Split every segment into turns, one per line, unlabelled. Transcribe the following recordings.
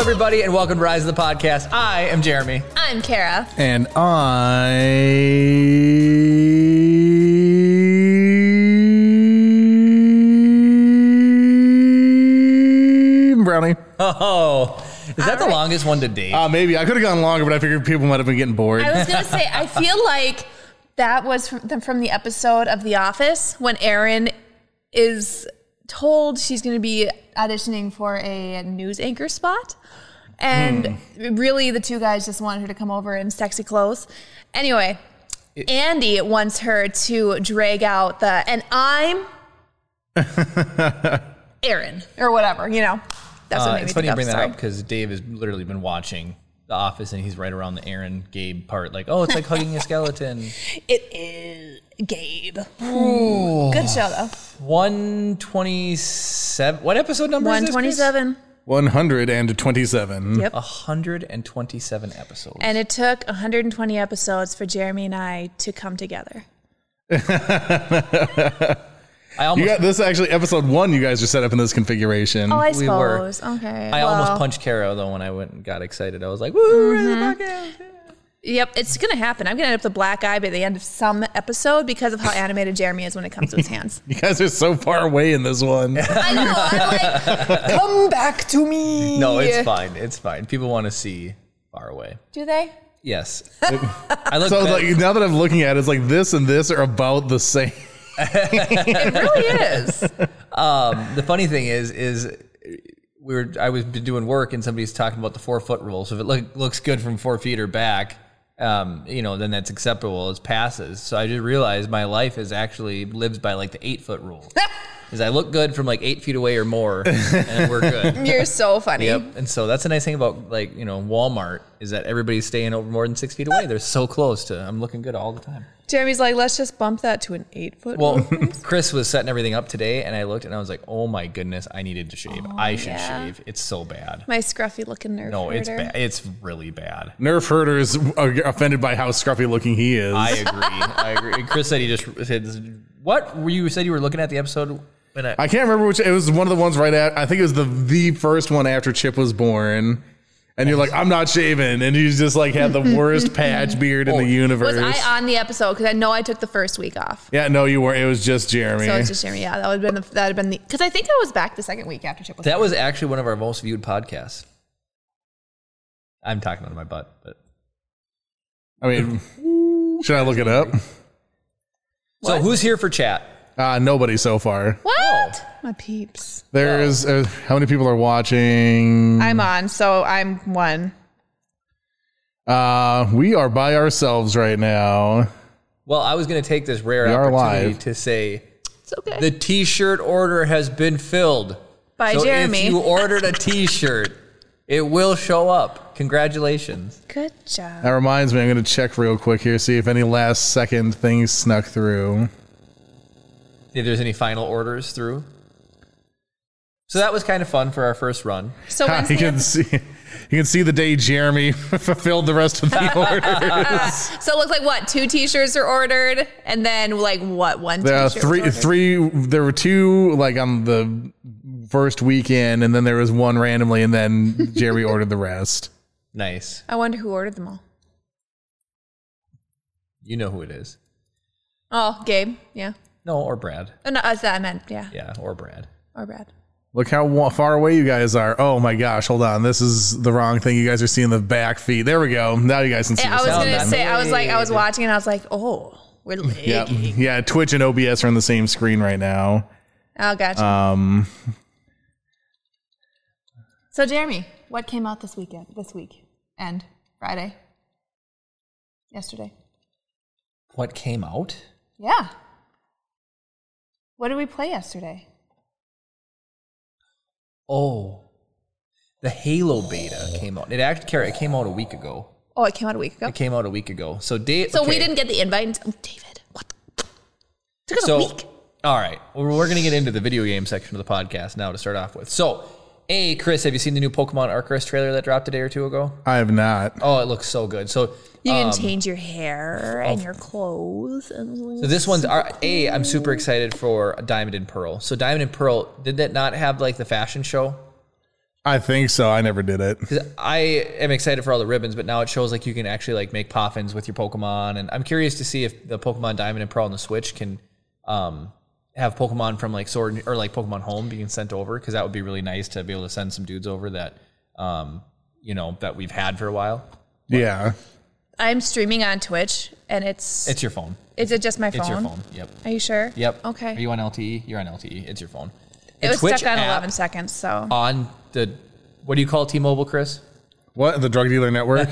everybody, and welcome to Rise of the Podcast. I am Jeremy.
I'm Kara.
And I. Brownie.
Oh, is that the
right.
longest one to date?
Uh, maybe I could have gone longer, but I figured people might have been getting bored.
I was gonna say I feel like that was from the, from the episode of The Office when Erin is told she's gonna be auditioning for a news anchor spot, and
Hmm.
really the two guys just wanted her to come over in sexy clothes. Anyway, Andy wants her to drag out the and I'm Erin or whatever you know. That's what
Uh,
made
it's
me
funny
think
you
of.
bring that
Sorry.
up because Dave has literally been watching The Office, and he's right around the Aaron Gabe part. Like, oh, it's like hugging a skeleton.
It is Gabe.
Oh.
Good show though.
One twenty-seven. What episode number?
One twenty-seven,
127.
Yep.
One hundred and twenty-seven episodes.
and it took one hundred and twenty episodes for Jeremy and I to come together.
I
You
almost,
got this is actually episode one. You guys are set up in this configuration.
Oh, I
We were.
suppose. Okay.
I almost
well,
punched Kara though when I went and got excited. I was like, woo! Rise of the
Mm-hmm.
Podcast.
Yep, it's gonna happen. I'm gonna end up the black eye by the end of some episode because of how animated Jeremy is when it comes to his hands.
you guys are so far away in this one.
I know. I'm like, come back to me.
No, it's fine. It's fine. People want to see far away.
Do they?
Yes. I look
so
better-
like now that I'm looking at it, it's like this and this are about the same.
It really is.
the funny thing is is we were I was doing work and somebody's talking about the four foot rule. So if it look, looks good from four feet or back, um, you know, then that's acceptable. It's passes. So I just realized my life is actually lives by like the eight foot rule. Is I look good from like eight feet away or more, and we're good.
You're so funny.
Yep. And so that's the nice thing about like you know Walmart is that everybody's staying over more than six feet away. They're so close to. I'm looking good all the time.
Jeremy's like, let's just bump that to an eight foot.
Well, Chris was setting everything up today, and I looked and I was like, "Oh my goodness, I needed to shave. I should
Oh, yeah.
shave. It's so bad.
my scruffy looking nerve.
No, it's
herder.
bad. It's really bad.
Nerf herders are offended by how scruffy looking he is.
I agree. I agree. And Chris said he just said, "What were you said you were looking at the episode?" And I,
I can't remember which. It was one of the ones right at. I think it was the the first one after Chip was born. And you're like, I'm not shaving, and you just like had the worst patch beard in the universe.
Oh, Was I on the episode? Because I know I took the first week off.
yeah, no, you weren't. It was just Jeremy.
So it's just Jeremy. Yeah, that would have been the, that would have been the because I think I was back the second week after Triple.
that was actually one of our most viewed podcasts. I'm talking out of my butt, but
I mean, should I look it up?
so who's here for chat? Oh,
Uh, nobody so far.
what? Oh. My peeps.
There's uh, how many people are watching?
I'm on, so I'm one.
Uh, we are by ourselves right now.
Well, I was going to take this rare
We are
opportunity
live.
to say
It's okay.
the T-shirt order has been filled.
By
so
Jeremy.
if you ordered a T-shirt, it will show up. Congratulations!
Good job.
That reminds me, I'm going to check real quick here, see if any last second things snuck through.
If there's any final orders through, so that was kind of fun for our first run.
So when's
you
the
can
ep-
see you can see the day Jeremy fulfilled the rest of the orders.
so it looks like what two T-shirts are ordered, and then like what one
There are
T-shirt was
three,
ordered?
three. There were two like on the first weekend, and then there was one randomly, and then Jeremy ordered the rest.
Nice.
I wonder who ordered them all.
You know who it is?
Oh, Gabe. Yeah.
No, or Brad?
Oh, no, that's that I meant. Yeah.
Yeah, or Brad.
Or Brad.
Look how wa- far away you guys are. Oh my gosh! Hold on, this is the wrong thing. You guys are seeing the back feet. There we go. Now you guys can see.
I was
the sound.
gonna
bad.
say I was like I was
Wait.
watching and I was like oh we're late.
Yep. Yeah, Twitch and OBS are on the same screen right now.
Oh, gotcha.
Um,
so Jeremy, what came out this weekend? This week and Friday. Yesterday.
What came out?
Yeah. What did we play yesterday?
Oh, the Halo beta came out. It actually Kara, it came out a week ago.
Oh, it came out a week ago.
It came out a week ago. So Dave.
So we
okay.
didn't get the invite. and- Oh, David, what? the- Took us
so, um,
a week.
All right. Well, we're going to get into the video game section of the podcast now to start off with. So, A, Chris, have you seen the new Pokemon Arceus trailer that dropped a day or two ago?
I have not.
Oh, it looks so good. So,
You can change your hair
oh.
and your clothes. And
so this one's our, A, I'm super excited for Diamond and Pearl. So, Diamond and Pearl, did that not have like the fashion show?
I think so. I never did it.
'Cause I am excited for all the ribbons, but now it shows like you can actually like make poffins with your Pokemon, and I'm curious to see if the Pokemon Diamond and Pearl on the Switch can um, have Pokemon from like Sword and- or like Pokemon Home being sent over, because that would be really nice to be able to send some dudes over that um, you know that we've had for a while.
Yeah.
I'm streaming on Twitch, and it's,
It's your phone.
is it just my phone?
It's your phone. Yep.
Are you sure?
Yep.
Okay.
Are you on LTE? You're on LTE. It's your phone.
it was
Twitch
stuck on
app Uh,
11 seconds, so
on the what do you call T-Mobile, Chris?
What? The drug dealer network?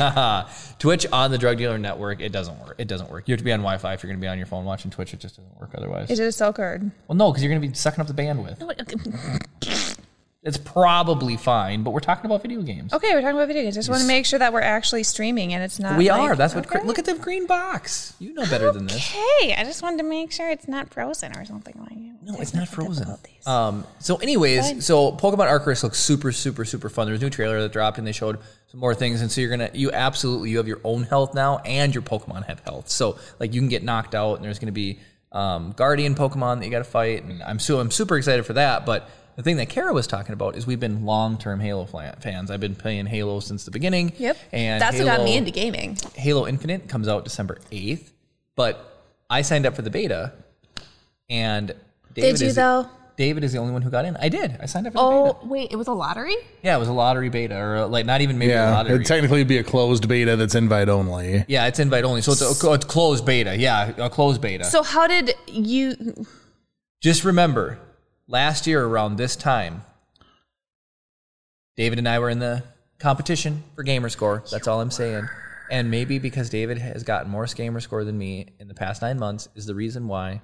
Twitch on the drug dealer network. It doesn't work. It doesn't work. You have to be on Wi-Fi if you're going to be on your phone watching Twitch. It just doesn't work otherwise.
is it a cell card?
well, no, because you're going to be sucking up the bandwidth.
Okay,
It's probably fine, but we're talking about video games.
we're talking about video games. I just want to make sure that we're actually streaming and it's not.
We
like-
are. That's what.
Okay.
Chris Look at the green box. You know better than this.
Okay, I just wanted to make sure it's not frozen or something like that.
No, it's not frozen. Um, so, anyways, so Pokemon Arceus looks super, super, super fun. There was a new trailer that dropped, and they showed some more things. And so you're gonna, you absolutely, you have your own health now, and your Pokemon have health. So like you can get knocked out, and there's gonna be um, Guardian Pokemon that you got to fight. And I'm so I'm super excited for that. But the thing that Kara was talking about is we've been long term Halo fla- fans. I've been playing Halo since the beginning.
Yep.
And
that's what got
Halo-
me into gaming.
Halo Infinite comes out December 8th, but I signed up for the beta and David
you,
is the-
though?
David is the only one who got in. I did. I signed up for the
Oh
beta.
wait, it was a lottery.
Yeah, it was a lottery beta or uh, like not even maybe a
yeah.
lottery.
It'd technically be a closed beta that's invite only.
yeah, it's invite only. So it's a, it's closed beta. Yeah, a closed beta.
So how did you?
Just remember, last year around this time, David and I were in the competition for gamer score. That's all I'm saying. And maybe because David has gotten more gamer score than me in the past nine months is the reason why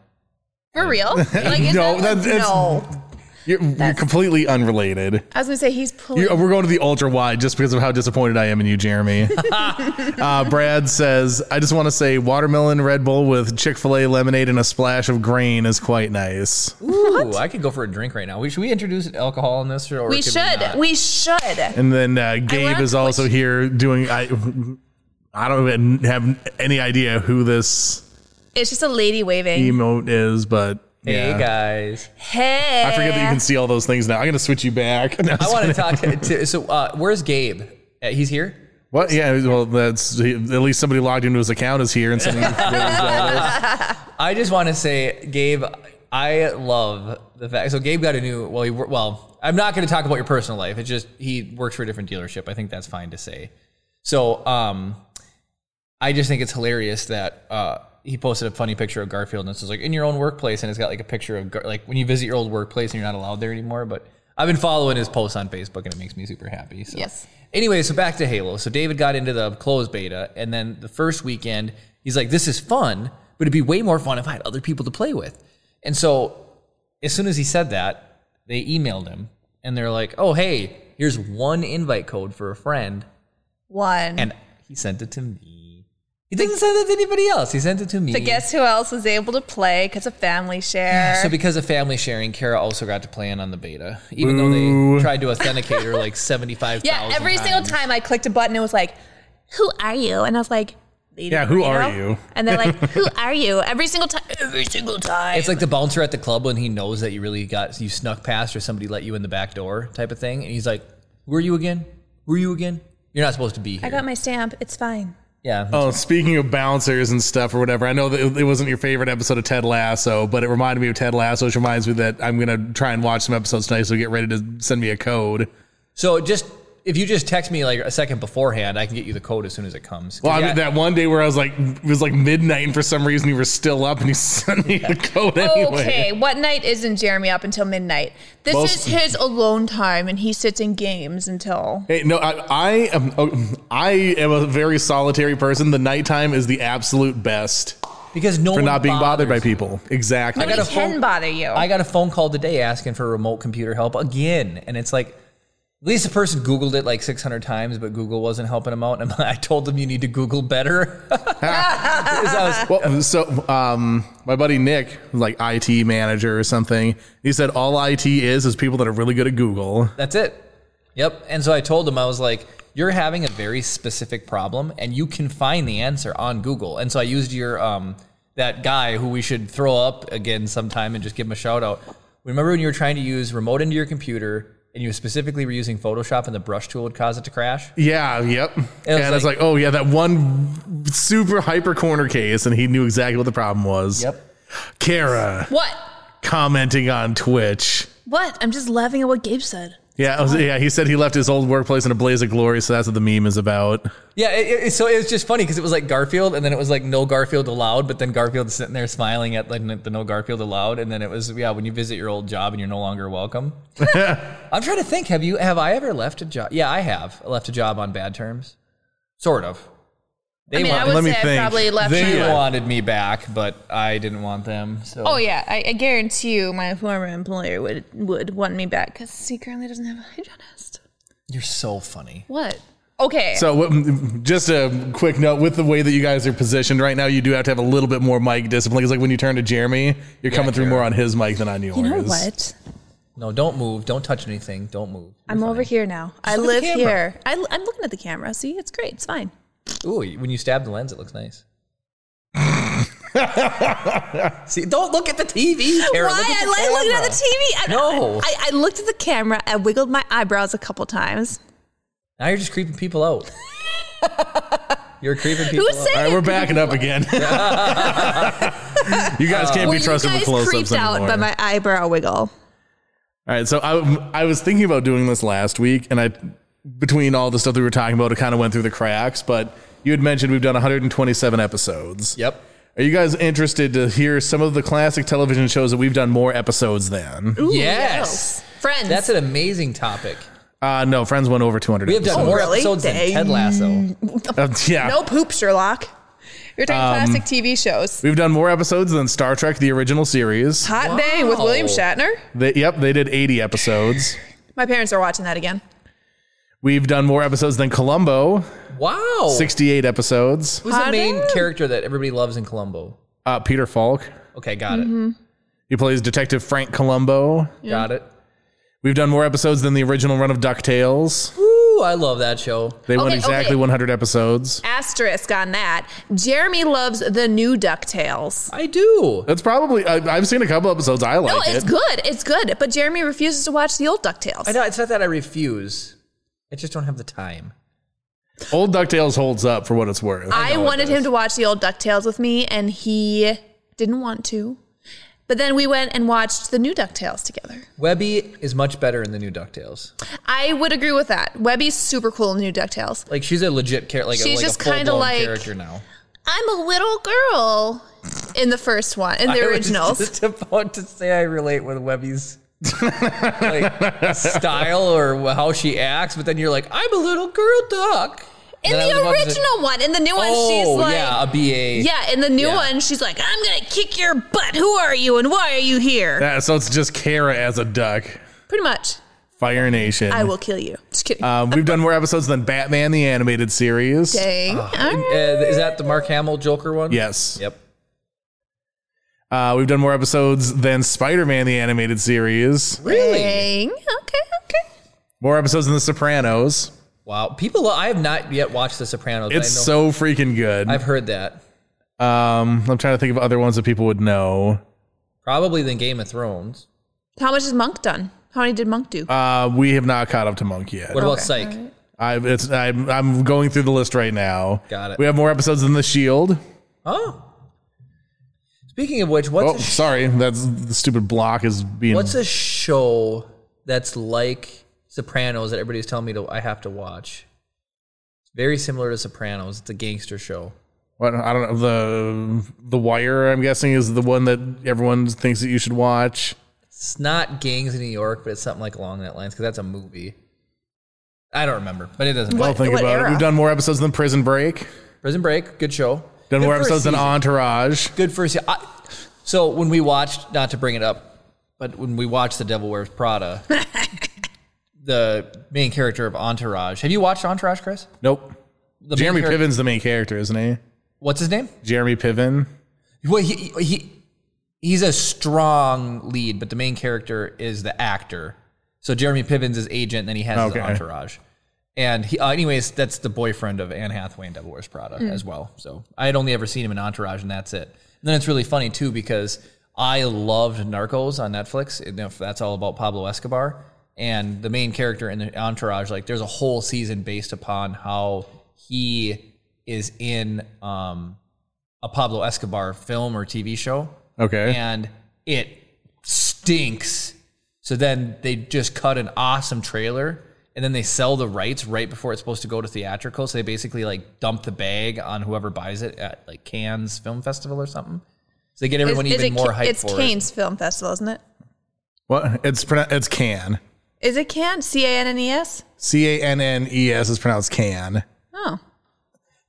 For real? Like, is
No,
that,
that- that's-
no.
You're, you're completely unrelated.
I was gonna say he's pulling.
You- we're going to the ultra wide just because of how disappointed I am in you, Jeremy. uh, Brad says, I just want to say watermelon Red Bull with Chick fil A lemonade and a splash of grain is quite nice.
Ooh, I could go for a drink right now. We- Should we introduce alcohol in this? Or, or
we
could
should.
not?
We should.
And then uh, Gabe
wanna
is also here doing. I, I don't even have any idea who this
It's just a lady waving.
emote is, but.
hey
yeah.
guys,
Hey.
I forget that you can see all those things now. I'm going to switch you back. No,
I want to talk to. to so, uh, where's Gabe? Uh, he's here.
What? Yeah, well, that's at least somebody logged into his account is here and something.
I just want to say, Gabe, I love the fact. So Gabe got a new. Well, he wor- well, I'm not going to talk about your personal life. It's just he works for a different dealership. I think that's fine to say. So, um, I just think it's hilarious that uh, he posted a funny picture of Garfield and it's just like in your own workplace, and it's got like a picture of Gar- like when you visit your old workplace and you're not allowed there anymore. But I've been following his posts on Facebook, and it makes me super happy. So.
Yes.
Anyway, so back to Halo. So David got into the closed beta, and then the first weekend, he's like, "This is fun, but it'd be way more fun if I had other people to play with." And so, as soon as he said that, they emailed him, and they're like, "Oh, hey, here's one invite code for a friend,"
One.
and he sent it to me. He didn't send it to anybody else. He sent it to me.
but guess who else was able to play? Because of family share.
So because of family sharing, Kara also got to play in on the beta, even though they tried to authenticate her like seventy-five.
yeah. Every single time I clicked a button, it was like, "Who are you?" And I was like. "Lady
Yeah, who are
Moreno?"
you?
And they're like, "Who are you?" Every single time. Every single time.
It's like the bouncer at the club when he knows that you really got you snuck past or somebody let you in the back door type of thing, and he's like, "Who are you again? Who are you again? You're not supposed to be here."
I got my stamp. It's fine.
yeah.
Oh, speaking of bouncers and stuff or whatever, I know that it- it wasn't your favorite episode of Ted Lasso, but it reminded me of Ted Lasso, which reminds me that I'm going to try and watch some episodes tonight, so get ready to send me a code.
So just if you just text me like a second beforehand, I can get you the code as soon as it comes.
Well, I
Yeah,
mean, that one day where I was like, it was like midnight, and for some reason you were still up, and you sent me the code anyway.
Okay, what night isn't Jeremy up until midnight? This
Most-
is his alone time, and he sits in games until.
Hey, no, I, I am. oh, I am a very solitary person. The nighttime is the absolute best
because no
for
one
not being bothered by
bothers you.
people. Exactly.
Nobody
got a
can
phone-
bother you.
I got a phone call today asking for remote computer help again, and it's like. At least the person Googled it like 600 times, but Google wasn't helping him out. And I told them you need to Google better. 'Cause I was-
Well, so um, my buddy Nick, like IT manager or something, he said all IT is is people that are really good at Google.
That's it. Yep. And so I told him, I was like, you're having a very specific problem and you can find the answer on Google. And so I used your, um, that guy who we should throw up again sometime and just give him a shout out. Remember when you were trying to use remote into your computer and you specifically were using Photoshop and the brush tool would cause it to crash.
Yeah, yep. and it's like, oh yeah, that one super hyper corner case, and he knew exactly what the problem was. Kara
What?
commenting on Twitch.
What? I'm just laughing at what Gabe said.
Yeah, I was- yeah. He said he left his old workplace in a blaze of glory, so that's what the meme is about.
Yeah, it, it, so it was just funny because it was like Garfield, and then it was like no Garfield allowed, but then Garfield's sitting there smiling at like the no Garfield allowed, and then it was yeah when you visit your old job and you're no longer welcome. I'm trying to think. Have you have I ever left a job? Yeah, I have I left a job on bad terms, sort of. They
I mean,
want,
I would
let me
say I
think.
probably left.
they
my-
wanted me back, but I didn't want them. So
Oh yeah, I, I guarantee you, my former employer would would want me back because he currently doesn't have a hygienist.
you're so funny.
What? Okay.
So, what- just a quick note with the way that you guys are positioned right now, you do have to have a little bit more mic discipline. Because like when you turn to Jeremy, you're coming through
Kara.
more on his mic than on yours.
you know what?
No, don't move. Don't touch anything. Don't move.
I'm over here now. I
look at
live
the camera.
here. I, am looking at the camera. See, it's great. It's fine.
Ooh, when you stab the lens, it looks nice. See, don't look at the TV, Kara.
Why?
Look at
I
the
like looking at
camera.
the TV. I,
No.
I, I looked at the camera. I wiggled my eyebrows a couple times.
Now you're just creeping people out. you're creeping people
Who
out.
said
All right, we're backing up again. you guys can't
were
be
you
trusted with
guys
close-ups
creeped out
anymore.
by my eyebrow wiggle?
All right, so I I was thinking about doing this last week, and I between all the stuff that we were talking about, it kind of went through the cracks. But you had mentioned we've done 127 episodes.
Yep.
Are you guys interested to hear some of the classic television shows that we've done more episodes than?
Ooh,
Yes.
Friends.
That's an amazing topic.
Uh, no, Friends went over 200.
We have done
episodes.
more
really?
episodes than
Dang.
Ted Lasso.
Uh, yeah,
no poop, Sherlock. You're
Um,
talking classic TV shows.
we've done more episodes than Star Trek: The Original Series.
Hot Dang with
Wow.
William Shatner.
They, yep, they did 80 episodes.
My parents are watching that again.
We've done more episodes than Columbo,
Wow.
68 episodes.
Who's the
How
main
do-
character that everybody loves in Columbo?
Uh, Peter Falk,
Okay, got
Mm-hmm,
he plays Detective Frank Columbo.
it. Got it.
We've done more episodes than the original run of DuckTales.
Ooh, I love that show.
They went
Okay,
exactly
okay.
100 episodes.
Asterisk on that. Jeremy loves the new DuckTales.
I do.
That's probably, I, I've seen a couple episodes. I like
No, it's
it.
good. It's good. But Jeremy refuses to watch the old DuckTales.
I know it's not that I refuse. I just don't have the time.
Old DuckTales holds up for what it's worth.
I,
know it
wanted him
does.
to watch the old DuckTales with me, and he didn't want to. But then we went and watched the new DuckTales together.
Webby is much better in the new DuckTales.
I would agree with that. Webby's super cool in the new DuckTales.
Like she's a legit character. Like
She's
a, like
just
a full
kinda
blown
like-
character now.
I'm a little girl in the first one, in the originals.
I was just about to say I relate with Webby's like, style or how she acts, but then you're like, I'm a little girl duck.
in
And then I was
the
about to say,
original one, in the new one,
oh,
she's like,
yeah, a BA.
Yeah, in the new
Yeah.
one, she's like, I'm gonna kick your butt. Who are you and why are you here?
Yeah, so it's just Kara as a duck.
Pretty much.
Fire Nation.
Mm-hmm.
I will kill you.
Uh,
Just kidding.
Um, we've done more episodes than Batman the Animated Series.
Dang. All
Uh,
right.
is that the Mark Hamill Joker one?
Yes.
Yep.
Uh, we've done more episodes than Spider Man the Animated Series.
Dang. Okay, okay.
More episodes than The Sopranos.
Wow. People, lo- I have not yet watched The Sopranos. but
It's
I know,
so freaking good.
I've heard that.
um, I'm trying to think of other ones that people would know.
Probably than Game of Thrones.
How much has Monk done? How many did Monk do?
Uh, we have not caught up to Monk yet.
What about
Okay.
Psych?
I've, it's, I'm, I'm going through the list right now.
Got it.
We have more episodes than The Shield.
Oh. Speaking of which, what's
Oh,
a sh-
sorry. That's the stupid block is being.
What's a show that's like Sopranos that everybody's telling me to I have to watch? It's very similar to Sopranos. It's a gangster show.
what, I don't know. The The Wire, I'm guessing, is the one that everyone thinks that you should watch.
It's not gangs in New York, but it's something like along that lines because that's a movie. I don't remember, but it doesn't matter.
I'll think
what
about it.
era?
We've done more episodes than Prison Break.
Prison Break, good show. Good
Done more
for a
episodes than
season.
Entourage.
Good for a se- I, so when we watched, not to bring it up, but when we watched The Devil Wears Prada, the main character of Entourage. Have you watched Entourage, Chris?
Nope.
The main
Jeremy
character-
Piven's the main character, isn't he?
What's his name?
Jeremy Piven.
Well, he he he's a strong lead, but the main character is the actor. So Jeremy Piven's his agent, and then he has
Okay.
his entourage. And he, uh, anyways, that's the boyfriend of Anne Hathaway in Devil Wears Prada as well. So I had only ever seen him in Entourage, and that's it. And then it's really funny too because I loved Narcos on Netflix. And if that's all about Pablo Escobar, and the main character in the entourage like there's a whole season based upon how he is in um a Pablo Escobar film or TV show
Okay.
and it stinks. So then they just cut an awesome trailer and then they sell the rights right before it's supposed to go to theatrical. So they basically like dump the bag on whoever buys it at like Cannes Film Festival or something. So they get everyone even
it,
more
Ca-
hyped
It's
for it.
Cannes Film Festival, isn't it?
What? It's pronou- it's can.
Is it Cannes? C A N N E S?
C A N N E S is pronounced can.
Oh.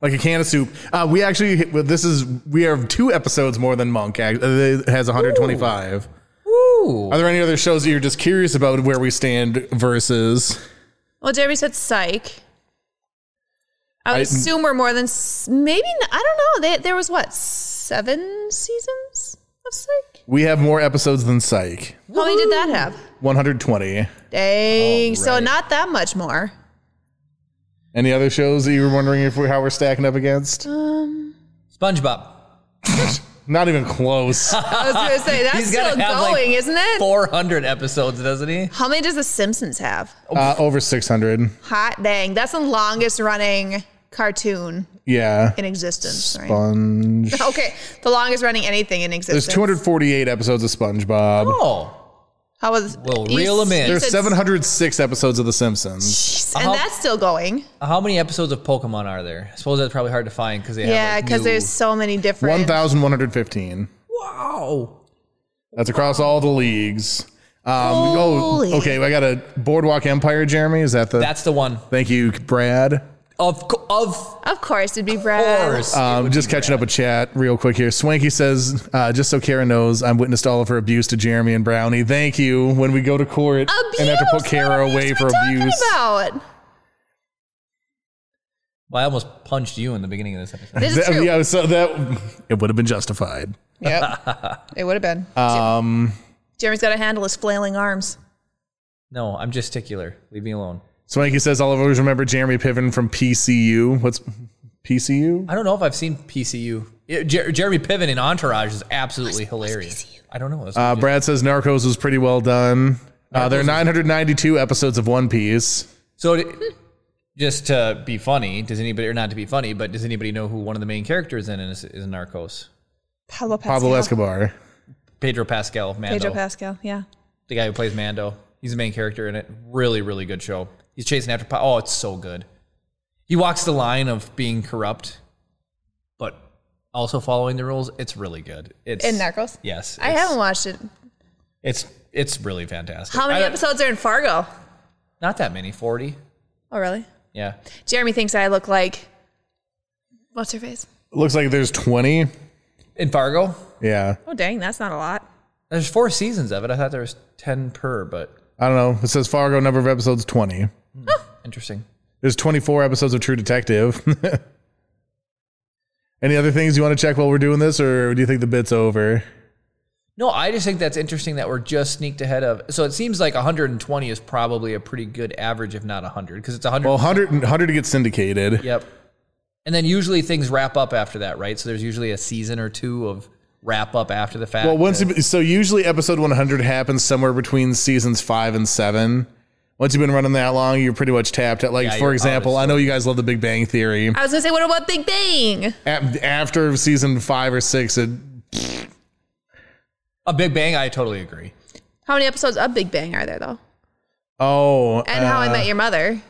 Like a can of soup. Uh, we actually well, this is we have two episodes more than Monk. act- uh, It has 125.
Ooh.
Are there any other shows that you're just curious about where we stand versus?
Well, Jeremy said psych. I would
I-
assume we're more than s- maybe. n- I don't know. They, there was what seven seasons of psych.
We have more episodes than Psych.
How many did that have?
120.
Dang. So
Alright.
not that much more.
Any other shows that you were wondering if we, how we're stacking up against?
Um,
SpongeBob.
Not even close.
Oh.
I was gonna say that's
He's gotta
still going,
have, like,
isn't it?
400 episodes, doesn't he?
How many does The Simpsons have?
Uh, over 600.
Hot dang, that's the longest running cartoon
Yeah.
in existence. Right?
Sponge.
Okay, the longest running anything in existence.
There's 248 episodes of SpongeBob.
Oh.
How was?
We'll
you
reel 'em
s-
in.
you
There's
said
706 episodes of The Simpsons.
s- and
How-
that's still going.
How many episodes of Pokemon are there? I suppose that's probably hard to find because they have.
Yeah,
like,
because
new-
there's so many different.
1,115.
Wow.
That's across all the leagues. Um, oh,
Holy.
okay. I got a Boardwalk Empire, Jeremy. Is that the.
That's the one.
Thank you, Brad.
Of, co- of
Of course, it'd be Brad.
course.
Um, just catching up with chat real quick here. Swanky says, uh, just so Karen knows, I'm witnessed all of her abuse to Jeremy and Brownie. Thank you. When we go to court
Abuse.
and have to put Kara
what
away
abuse
for
are we
abuse.
Talking about?
Well, I almost punched you in the beginning of this episode.
This is
That-
true.
yeah, so that it would have been justified.
Yep. it would have been.
Um,
Jeremy's got to handle his flailing arms.
No, I'm gesticular. Leave me alone.
Swanky says, I'll always remember Jeremy Piven from PCU. What's PCU?
I don't know if I've seen PCU. Yeah, Jer- Jeremy Piven in Entourage is absolutely hilarious. I don't know. That's
Uh, Brad says Narcos was pretty well done. Uh, there are 992 episodes of One Piece.
so, d- just to be funny, does anybody or not to be funny, but does anybody know who one of the main characters in is, is Narcos?
Pablo Pascal.
Pablo Escobar.
Pedro Pascal, Mando,
Pedro Pascal. Yeah.
the guy who plays Mando. He's the main character in it. Really, really good show. He's chasing after. Po- oh, it's so good. He walks the line of being corrupt, but also following the rules. It's really good. It's
In Narcos.
Yes,
I
it's-
haven't watched it.
It's it's really fantastic.
How many
I-
episodes are in Fargo?
Not that many. Forty.
Oh, really?
Yeah.
Jeremy thinks I look like. What's her face?
Looks like there's 20.
In Fargo,
Yeah.
Oh, dang, that's not a lot.
there's four seasons of it. I thought there was ten per, but
I don't know. It says Fargo number of episodes 20.
interesting.
There's 24 episodes of True Detective. Any other things you want to check while we're doing this, or do you think the bit's over?
No, I just think that's interesting that we're just sneaked ahead of. So it seems like 120 is probably a pretty good average, if not 100, because it's 100.
Well, 100, and- 100 to get syndicated.
Yep. And then usually things wrap up after that, right? So there's usually a season or two of wrap up after the fact.
Well, once
that-
you, so usually episode 100 happens somewhere between seasons five and seven. Once you've been running that long, you're pretty much tapped out. Like,
Yeah,
for
you're
example, I know you guys love The Big Bang Theory.
I was going to say, what about Big Bang?
A- after season five or six, it,
a Big Bang, I totally agree.
How many episodes of Big Bang are there, though?
oh,
And How I
uh,
Met Your Mother.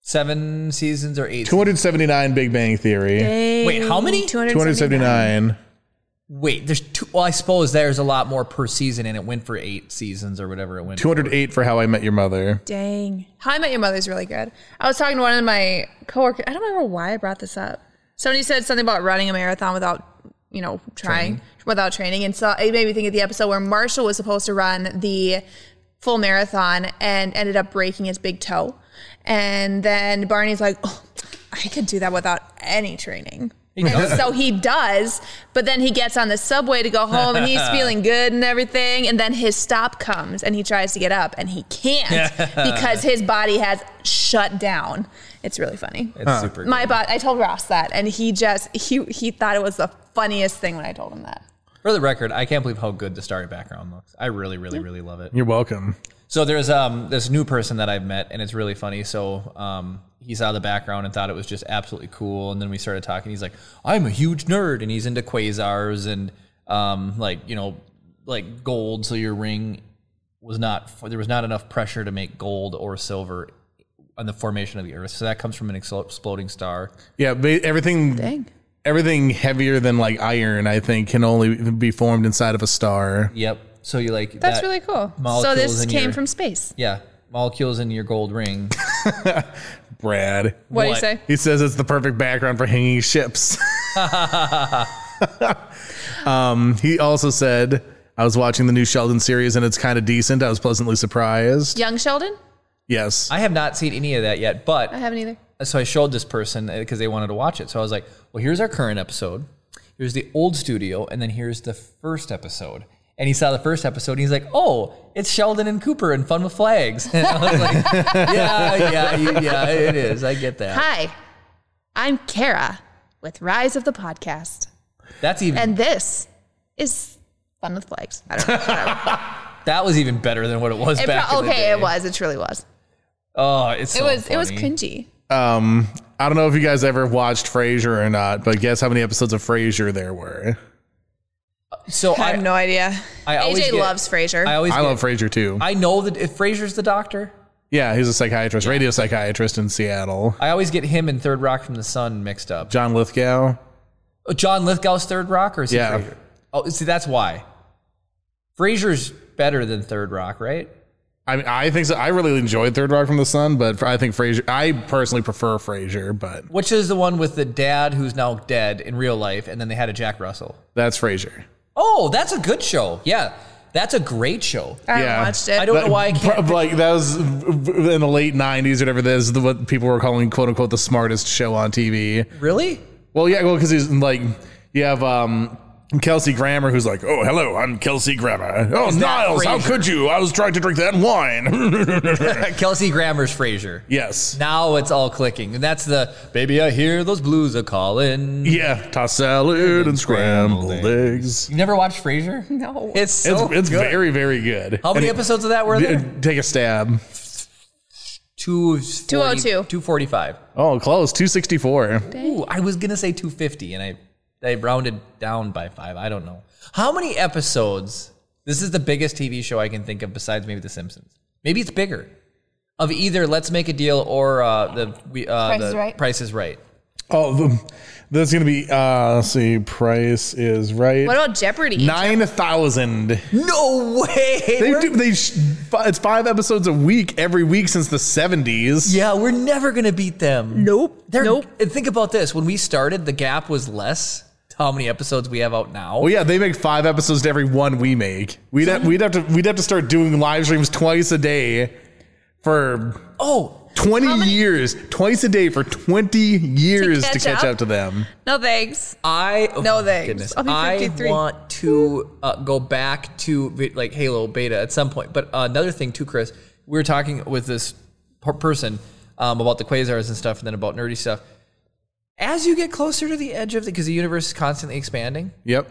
Seven seasons or eight.
279 Big Bang Theory.
Wait, how many?
279.
Wait, there's two. Well, I suppose there's a lot more per season, and it went for eight seasons or whatever it went. for.
208 for How I Met Your Mother.
Dang. How I Met Your Mother is really good. I was talking to one of my coworkers. I don't remember why I brought this up. Somebody said something about running a marathon without, you know, trying, without training. And so it made me think of the episode where Marshall was supposed to run the full marathon and ended up breaking his big toe. And then Barney's like, oh, I could do that without any training. And so he does, but then he gets on the subway to go home and he's feeling good and everything. And then his stop comes and he tries to get up and he can't because his body has shut down. It's really funny.
It's super.
My bot I told Ross that and he just he he thought it was the funniest thing when I told him that.
For the record, I can't believe how good the starry background looks. I really, really, really love it.
You're welcome.
So there's um this new person that I've met, and it's really funny. So um he saw the background and thought it was just absolutely cool, and then we started talking. He's like, "I'm a huge nerd," and he's into quasars and um like you know like gold. So your ring was not there was not enough pressure to make gold or silver on the formation of the Earth. So that comes from an exo- exploding star.
Yeah, ba- everything
Dang.
everything heavier than like iron, I think, can only be formed inside of a star.
Yep. So you like
That's
that-
really cool. So
molecules
this
in
came
your-
from space.
yeah molecules in your gold ring.
Brad.
What do you
What?
say?
He says it's the perfect background for hanging ships. um, he also said, I was watching the new Sheldon series and it's kind of decent. I was pleasantly surprised.
Young Sheldon?
Yes.
I have not seen any of that yet, but
I haven't either.
so I showed this person because they wanted to watch it. So I was like, "Well, here's our current episode. Here's the old studio, and then here's the first episode." And he saw the first episode, and he's like, "Oh, it's Sheldon and Cooper and Fun with Flags." And I was like, "Yeah, yeah, you- yeah, it is. I get that.
Hi, I'm Kara with Rise of the Podcast.
That's even
And this is Fun with Flags. I don't know.
that was even better than what it was
It
back.
pro-
in the
okay,
day.
it was. It truly was.
Oh, it's
It
so
was. It was
funny.
cringy.
Um, I don't know if you guys ever watched Frasier or not, but guess how many episodes of Frasier there were?
So I,
no idea.
I always
AJ
get-
loves Frasier.
I always
I
get-
love Frasier too.
I know that if Frasier's the doctor,
yeah, he's a psychiatrist, radio psychiatrist in Seattle.
I always get him and Third Rock from the Sun mixed up.
John Lithgow.
Oh, John Lithgow's Third Rock, or is he
Yeah.
Frasier? Oh, see, that's why. Frasier's better than Third Rock, right?
I mean, I think so. I really enjoyed Third Rock from the Sun, but I think Frasier. I personally prefer Frasier, but
Which is the one with the dad who's now dead in real life, and then they had a Jack Russell.
that's Frasier.
Oh, that's a good show. Yeah, that's a great show.
I haven't
yeah.
watched it.
I don't know why I can't.
Pro- like that was in the late '90s or whatever. That is the- what people were calling "quote unquote" the smartest show on TV.
Really?
Well, yeah, well, because he's like, you have um, Kelsey Grammer, who's like, "Oh, hello, I'm Kelsey Grammer. Oh,
that
Niles, how
Frasier?
could you? I was trying to drink that wine."
Kelsey Grammer's Frasier.
yes.
Now it's all clicking, and that's the baby. I hear those blues are calling.
Yeah, toss salad and scrambled eggs.
You never watched Frasier?
No.
It's
It's,
so
it's
good.
very, very good.
How many
And-
episodes of that were there?
Uh, Take a stab.
Two
202.
Two forty five.
Oh, close. 264.
Ooh, I was gonna say 250, and I I rounded down by five. I don't know how many episodes. This is the biggest TV show I can think of besides maybe The Simpsons. Maybe it's bigger. Of either Let's Make a Deal or uh, the we, uh,
Price
the
is Right.
Price is Right.
Oh, the, that's going to be, uh, let's see, price is right.
what about Jeopardy?
9,000.
No way.
They
We're-
do, they, sh- fi- it's five episodes a week every week since the 70s.
yeah, we're never gonna beat them.
Nope.
They're,
Nope.
And think about this: when we started, the gap was less. to How many episodes we have out now?
Well, Oh, yeah, they make five episodes to every one we make. We'd, have, we'd have to we'd have to start doing live streams twice a day for
Oh,
20
many-
years, twice a day for 20 years to catch,
catch up?
up to them.
No thanks.
I oh my
thanks.
Goodness.
I'll be
I
53.
want to uh, go back to vi- like Halo Beta at some point. But uh, another thing too, Chris, we were talking with this per- person um, about the quasars and stuff, and then about nerdy stuff. As you get closer to the edge of the, because the universe is constantly expanding.
Yep.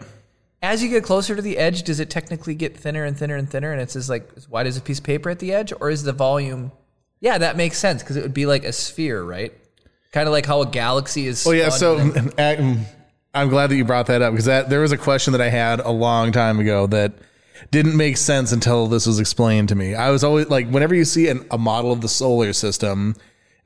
As you get closer to the edge, does it technically get thinner and thinner and thinner, and it's as like as wide as a piece of paper at the edge, or is the volume? Yeah, that makes sense because it would be like a sphere, right? Kind of like how a galaxy is.
Well, Oh, yeah.
spun
So
and then-
I- mm, I'm glad that you brought that up because that there was a question that I had a long time ago that didn't make sense until this was explained to me. I was always like, whenever you see an, a model of the solar system,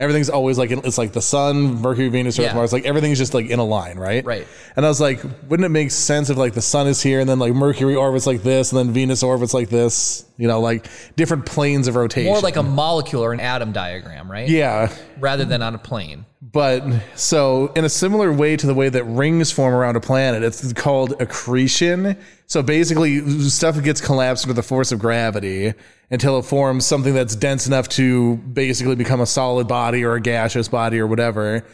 everything's always like it's like the sun, Mercury, Venus, Earth,
Yeah.
Mars. Like everything's just like in a line, right?
Right.
And I was like, wouldn't it make sense if like the sun is here and then like Mercury orbits like this and then Venus orbits like this? You know, like different planes of rotation.
more like a molecule or an atom diagram, right?
yeah.
rather than on a plane.
But so, in a similar way to the way that rings form around a planet, it's called accretion. So basically, stuff gets collapsed under the force of gravity until it forms something that's dense enough to basically become a solid body or a gaseous body or whatever.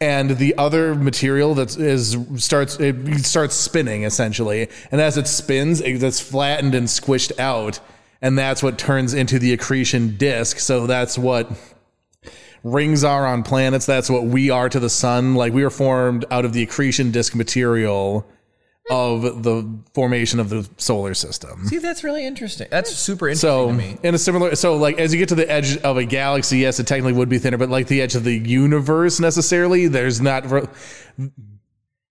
And the other material that is starts it starts spinning essentially, and as it spins, it gets flattened and squished out, and that's what turns into the accretion disk. So that's what rings are on planets. That's what we are to the sun. Like we were formed out of the accretion disk material of the formation of the solar system.
See, that's really interesting. That's super interesting
So
to me.
in a similar, so like as you get to the edge of a galaxy, yes, it technically would be thinner, but like the edge of the universe necessarily, there's not. re-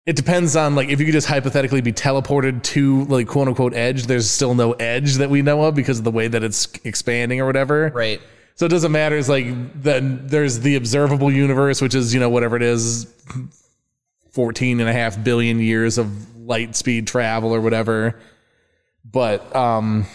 It depends on like if you could just hypothetically be teleported to like quote unquote edge. There's still no edge that we know of because of the way that it's expanding or whatever.
Right.
So it doesn't matter. It's like then there's the observable universe, which is you know whatever it is, 14 and a half billion years of light speed travel or whatever. But um,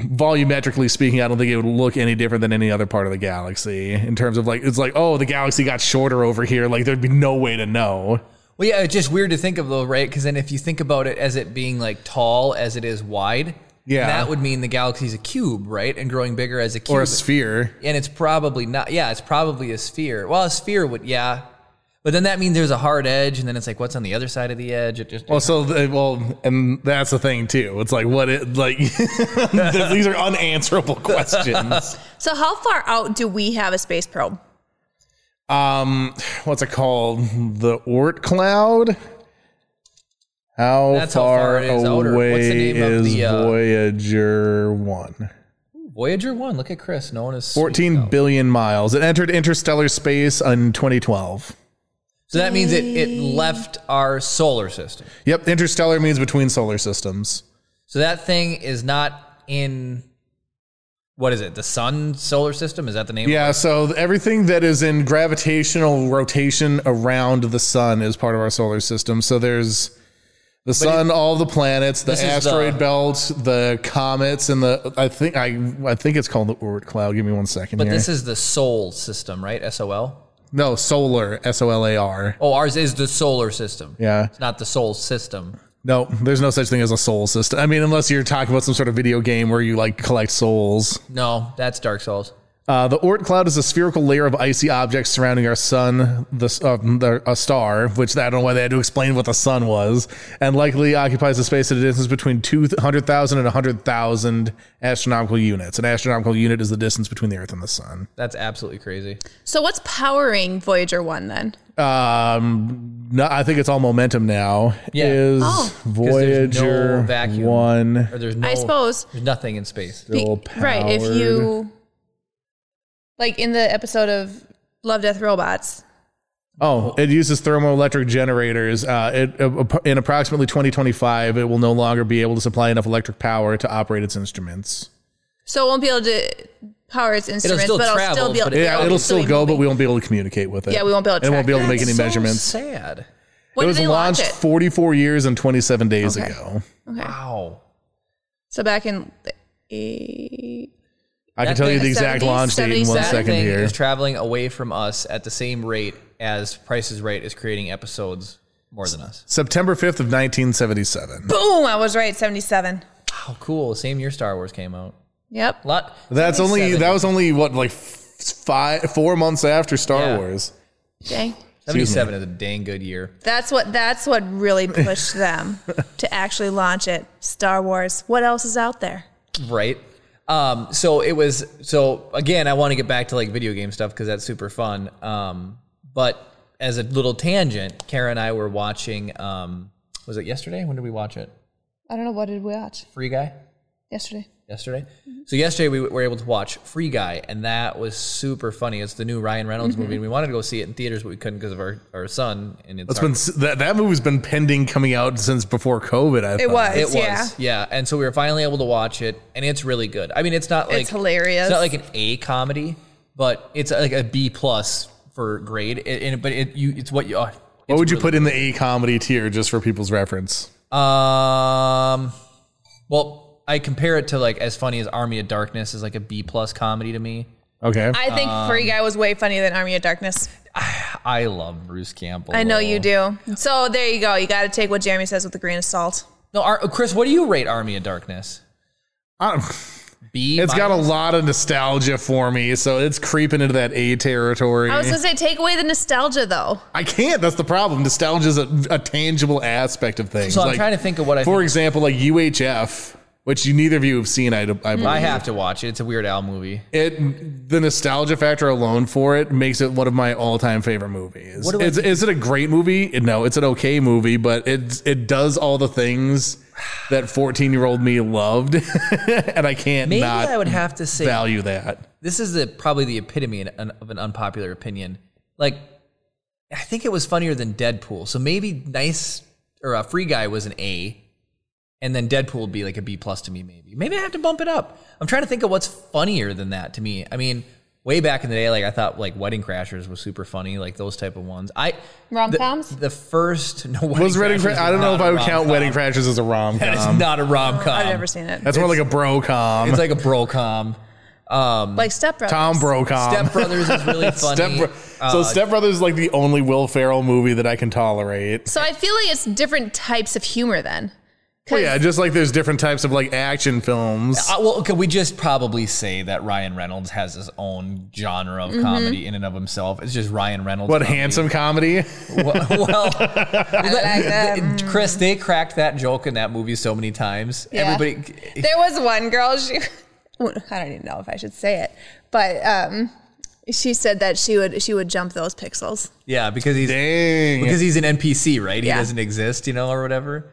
volumetrically speaking, I don't think it would look any different than any other part of the galaxy in terms of like, it's like, oh, the galaxy got shorter over here. Like, there'd be no way to know.
Well, yeah, it's just weird to think of though, right? Because then if you think about it as it being like tall as it is wide,
Yeah.
that would mean the galaxy's a cube, right? And growing bigger as a cube.
Or a sphere.
and it's probably not. Yeah, it's probably a sphere. Well, a sphere would, yeah. But then that means there's a hard edge, and then it's like, what's on the other side of the edge? It just
Well, so the- well, and that's the thing too. It's like what it like. these are unanswerable questions.
So, how far out do we have a space probe?
um what's it called the oort cloud how
That's how far
far,
it is outer.
away
What's the name of
is
the, uh,
voyager 1
Voyager One. Look at Chris. No one is
14 billion miles it entered interstellar space in 2012
So that means it it left our solar system.
yep interstellar means between solar systems
So that thing is not in. What is it? The sun solar system? Is that the name?
yeah so everything that is in gravitational rotation around the sun is part of our solar system so there's the sun, all the planets, the
This is the-
asteroid belt, the comets, and the I think I I think it's called the Oort cloud. Give me one second
But
here.
this is the Sol system, right? S O L.
No, solar, S O L A R.
Oh, ours is the solar system.
Yeah.
It's not the Sol system.
No, there's no such thing as a soul system. I mean, unless you're talking about some sort of video game where you like collect souls.
No, that's Dark Souls.
Uh, the Oort cloud is a spherical layer of icy objects surrounding our sun, the, s- uh, the, a star, which I don't know why they had to explain what the sun was, and likely occupies a space at a distance between 200,000 and 100,000 astronomical units. An astronomical unit is the distance between the Earth and the sun.
That's absolutely crazy.
So, what's powering Voyager 1 then?
Um, no, I think it's all momentum now.
Yeah.
Is
Oh.
'Cause there's no
Voyager
vacuum.
1.
Or there's no.
I suppose.
There's nothing in space.
Be-
still
right. If you, like in the episode of Love, Death, Robots,
Oh, it uses thermoelectric generators. Uh, it, uh, in approximately 2025, it will no longer be able to supply enough electric power to operate its instruments.
so it won't be able to power its instruments,
still
but
travel,
it'll still be able
but
to.
it-
Yeah,
it'll
it'll
be
still go, but
moving.
we won't be able to communicate with it.
Yeah, we won't be able to
And it
track
won't be able to
that.
make any
So
measurements.
Sad.
When did
It was
they launch
launched
it?
44 years and 27 days
Okay.
ago.
okay.
Wow.
So back in the eight,
I can
That
tell you
thing-
the exact
70s,
launch date in one
77.
That
second
thing
here.
is traveling away from us at the same rate as Price is Right is creating episodes more than us.
September 5th of 1977.
boom, I was right, seventy-seven.
How cool! Same year Star Wars came out.
Yep.
Lot.
That's only
77.
that was only what like f- five four months after Star
Yeah.
Wars.
Dang.
Excuse me.
Seventy-seven is a dang good year.
That's what that's what really pushed them to actually launch it. Star Wars. What else is out there?
right um so it was so again i want to get back to like video game stuff because that's super fun um but as a little tangent kara and i were watching um was it yesterday when did we watch it
I don't know. What did we watch
free guy
yesterday?
yesterday so yesterday we were able to watch free guy and that was super funny it's the new ryan reynolds movie and we wanted to go see it in theaters but we couldn't because of our, our son and it's
It's
our-
been s- that that movie's been pending coming out since before COVID. I
It
thought.
was.
It was,
Yeah.
yeah. And so we were finally able to watch it, and it's really good. I mean, it's not like
It's hilarious.
It's not like an A comedy, but it's uh, like a B plus for grade. It, and, but it you it's what you. Oh,
What would you put in the A comedy tier just for people's reference?
um, well, I compare it to like as funny as Army of Darkness is like a B plus comedy to me.
Okay.
I think Free
Um,
Guy was way funnier than Army of Darkness.
I love Bruce Campbell.
I know you do. So there you go. You got to take what Jeremy says with a grain of salt.
No, Ar- Chris, what do you rate Army of Darkness?
It's
B.
got a
minus?
lot of nostalgia for me, so it's creeping into that A territory.
I was
I,
gonna say, take away the nostalgia though.
can't. That's the problem. Nostalgia is a, a tangible aspect of things.
So I'm
Like,
trying to think of what I.
For
think-
example, like UHF which you neither of you have seen. I, I
Mm.
believe.
I have to watch it. It's a Weird Al movie.
it the nostalgia factor alone for it makes it one of my all-time favorite movies.
What do I-
Is, is it a great movie? No, it's an okay movie, but it it does all the things that 14-year-old me loved and I can't
Maybe
not
I would have to say
value that.
this is the probably the epitome in- an- of an unpopular opinion. Like, I think it was funnier than Deadpool. So maybe nice or a free guy was an A, and then Deadpool would be like a B plus to me. Maybe maybe I have to bump it up. I'm trying to think of what's funnier than that to me. I mean, way back in the day, like I thought like Wedding Crashers was super funny, like those type of ones. I
Rom-coms?
The, the first no Wedding
Was Wedding Cra-
Crashers
I don't know
not
if
a
I would count
rom-com.
Wedding Crashers as a
That is
rom-com.
not a rom com.
I've never seen it.
Um, That's more like a bro-com.
It's like a bro com.
like Step Brothers.
Tom bro-com.
Step uh, Brothers is really funny.
Um, Step Bro- so Step Brothers is like the only Will Ferrell movie that I can tolerate.
So I feel like it's different types of humor then. 'Cause
Well, yeah, just like there's different types of like action films.
Uh, well, could we just probably say that Ryan Reynolds has his own genre of comedy in and of himself? It's just Ryan Reynolds.
What
comedy.
handsome comedy?
Well, well,
like that.
Chris, they cracked that joke in that movie so many times.
Yeah.
Everybody,
There was one girl, she, I don't even know if I should say it, but um, she said that she would she would jump those pixels.
yeah, because he's
Dang.
because he's an NPC, right? He
Yeah.
doesn't exist, you know, or whatever.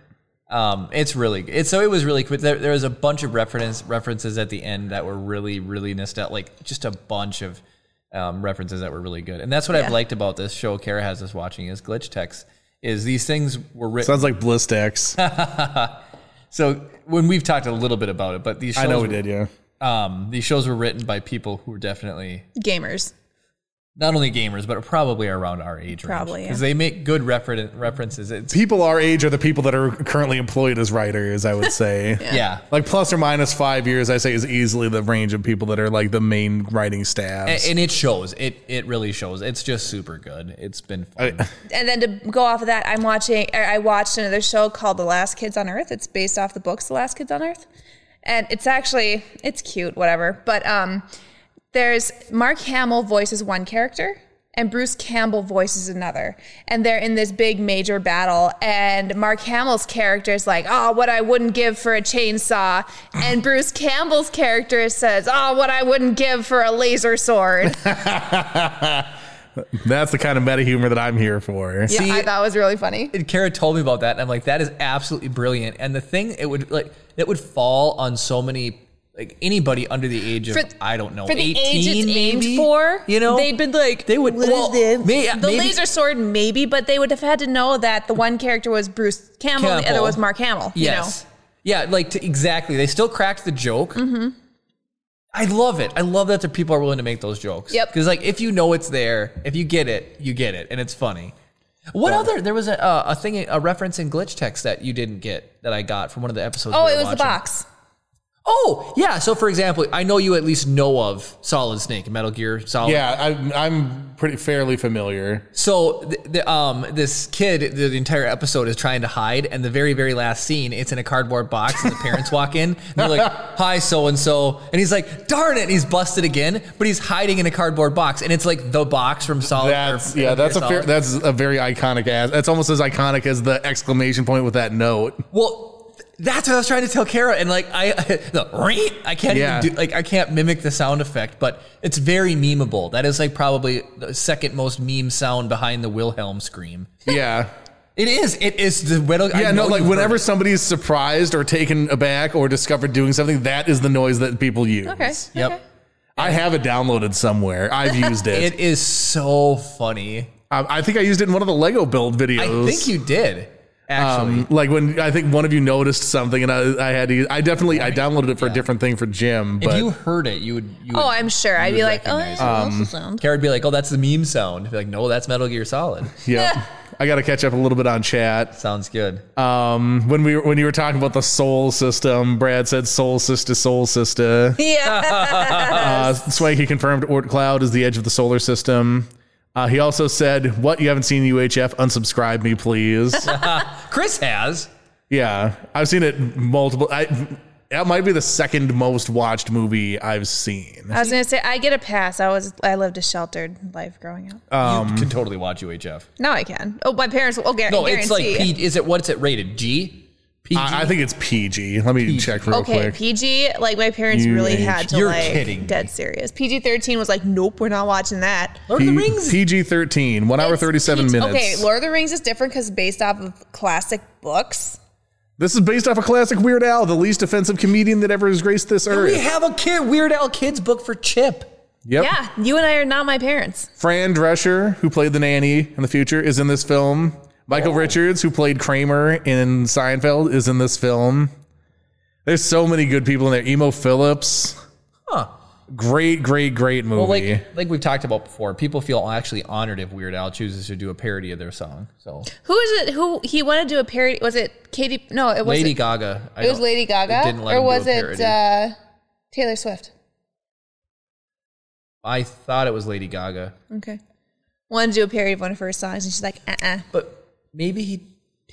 Um, it's really it's so it was really quick. There, there was a bunch of reference references at the end that were really really nostalgic, like just a bunch of um, references that were really good. And that's what I've
Yeah.
liked about this show. Kara has us watching is glitch text. Is these things were written
Sounds like Blistex.
so when we've talked a little bit about it, but these shows,
I know we did, yeah.
Um, these shows were written by people who were definitely
Gamers.
not only gamers, but probably around our age range.
Probably, yeah.
because they make good refer- references. It's
People our age are the people that are currently employed as writers, I would say.
yeah,
Like plus or minus five years, I say is easily the range of people that are like the main writing
and,
staffs.
and it shows. It it really shows. It's just super good. It's been fun.
And then to go off of that, I'm watching. or I watched another show called The Last Kids on Earth. It's based off the books The Last Kids on Earth, and it's actually it's cute, whatever. But um, there's Mark Hamill voices one character, and Bruce Campbell voices another, and they're in this big major battle. And Mark Hamill's character is like, "Oh, what I wouldn't give for a chainsaw," and Bruce Campbell's character says, "Oh, what I wouldn't give for a laser sword."
That's the kind of meta humor that I'm here for.
yeah, I
See-
thought it was really funny.
And Kara told me about that, and I'm like, that is absolutely brilliant. And the thing, it would like it would fall on so many like anybody under the age of
For-
I don't know
for the
18
age it's
maybe?
aimed for,
You know,
they'd been like,
They would-
"What is
well,
this?"
may-
the
maybe-
laser sword, maybe, but they would have had to know that the one character was Bruce Campbell, and the other
Campbell.
was Mark Hamill.
Yes. Yeah, like to, exactly. They still cracked the joke.
Mm-hmm.
I love it. I love that the people are willing to make those jokes.
Yep.
Because like if you know it's there, if you get it, you get it, and it's funny. What other? There was a uh, a thing, a reference in glitch text that you didn't get that I got from one of the episodes.
You know? Oh,
we
it
were
was the
watching.
box.
Oh, yeah. So for example, I know you at least know of Solid Snake, Metal Gear Solid.
Yeah, I'm, I'm pretty fairly familiar.
So the, the, um, this kid, the, the entire episode is trying to hide, and the very, very last scene, it's in a cardboard box, and the parents walk in, and they're like, "Hi, so and so," and he's like, "Darn it!" And he's busted again, but he's hiding in a cardboard box, and it's like the box from Solid. or
That's
Metal
yeah,
Gear
that's a fair,
Solid.
that's a very iconic ass. That's almost as iconic as the exclamation point with that note.
well, th- that's what I was trying to tell Kara, and like I, the "Reet," I can't
Yeah.
even do like I can't mimic the sound effect, but it's very memeable. That is like probably the second most meme sound behind the Wilhelm scream.
Yeah.
It is. It is the metal. I
Yeah, no,
know
like
you've heard
whenever somebody is surprised or taken aback or discovered doing something, that is the noise that people use.
Okay.
Yep.
Okay.
I have it downloaded somewhere. I've used it.
It is so funny.
Um, I think I used it in one of the Lego build
I
videos.
think you did actually.
Um, like when I think one of you noticed something, and I, I had to. I definitely I downloaded it for a different thing for Jim.
if
But
you heard it, you would. You would
Oh, I'm sure. I'd be
would
like, "Oh,
recognize
yeah, that's the sound."
Kara would be like, "Oh, that's the meme sound." I'd be like, "No, that's Metal Gear Solid."
yeah, I got to catch up a little bit on chat.
Sounds good.
Um, when we were, when you were talking about the soul system, Brad said soul sister, soul sister.
Yeah.
Uh, Swanky confirmed Oort Cloud is the edge of the solar system. Uh, he also said, "What you haven't seen UHF? Unsubscribe me, please."
Chris has.
yeah, I've seen it multiple. I, that might be the second most watched movie I've seen.
I was gonna say I get a pass. I was I lived a sheltered life growing up.
um,
you can totally watch UHF.
now I can. Oh, my parents. Oh, gar-
No,
guarantee.
it's like P. Is it what's it rated? G. PG?
I, I think it's PG. Let me check real
Okay,
quick.
PG, like my parents
You
really
ain't-
had to
you're
like
kidding me.
dead serious. PG thirteen was like, nope, we're not watching that.
Lord of the Rings.
PG 13, one hour
It's
37
PG
minutes.
Okay, Lord of the Rings is different because based off of classic books.
This is based off a classic Weird Al, the least offensive comedian that ever has graced this
we
earth.
have a kid Weird Al kids book for Chip.
Yep.
Yeah, you and I are not my parents.
Fran Drescher, who played the nanny in the future, is in this film. Michael Richards, who played Kramer in Seinfeld, is in this film. There's so many good people in there. Emo Phillips.
Huh.
Great, great, great movie.
Well, like like we've talked about before, people feel actually honored if Weird Al chooses to do a parody of their song. So
Who is it? Who he wanted to do a parody? Was it Katie? No, it was
Lady Gaga. I
It was
don't-
Lady Gaga,
didn't let
or
him do
was
a
it
parody.
uh, Taylor Swift?
I thought it was Lady Gaga,
Okay, wanted to do a parody of one of her songs, and she's like, uh, uh
but maybe he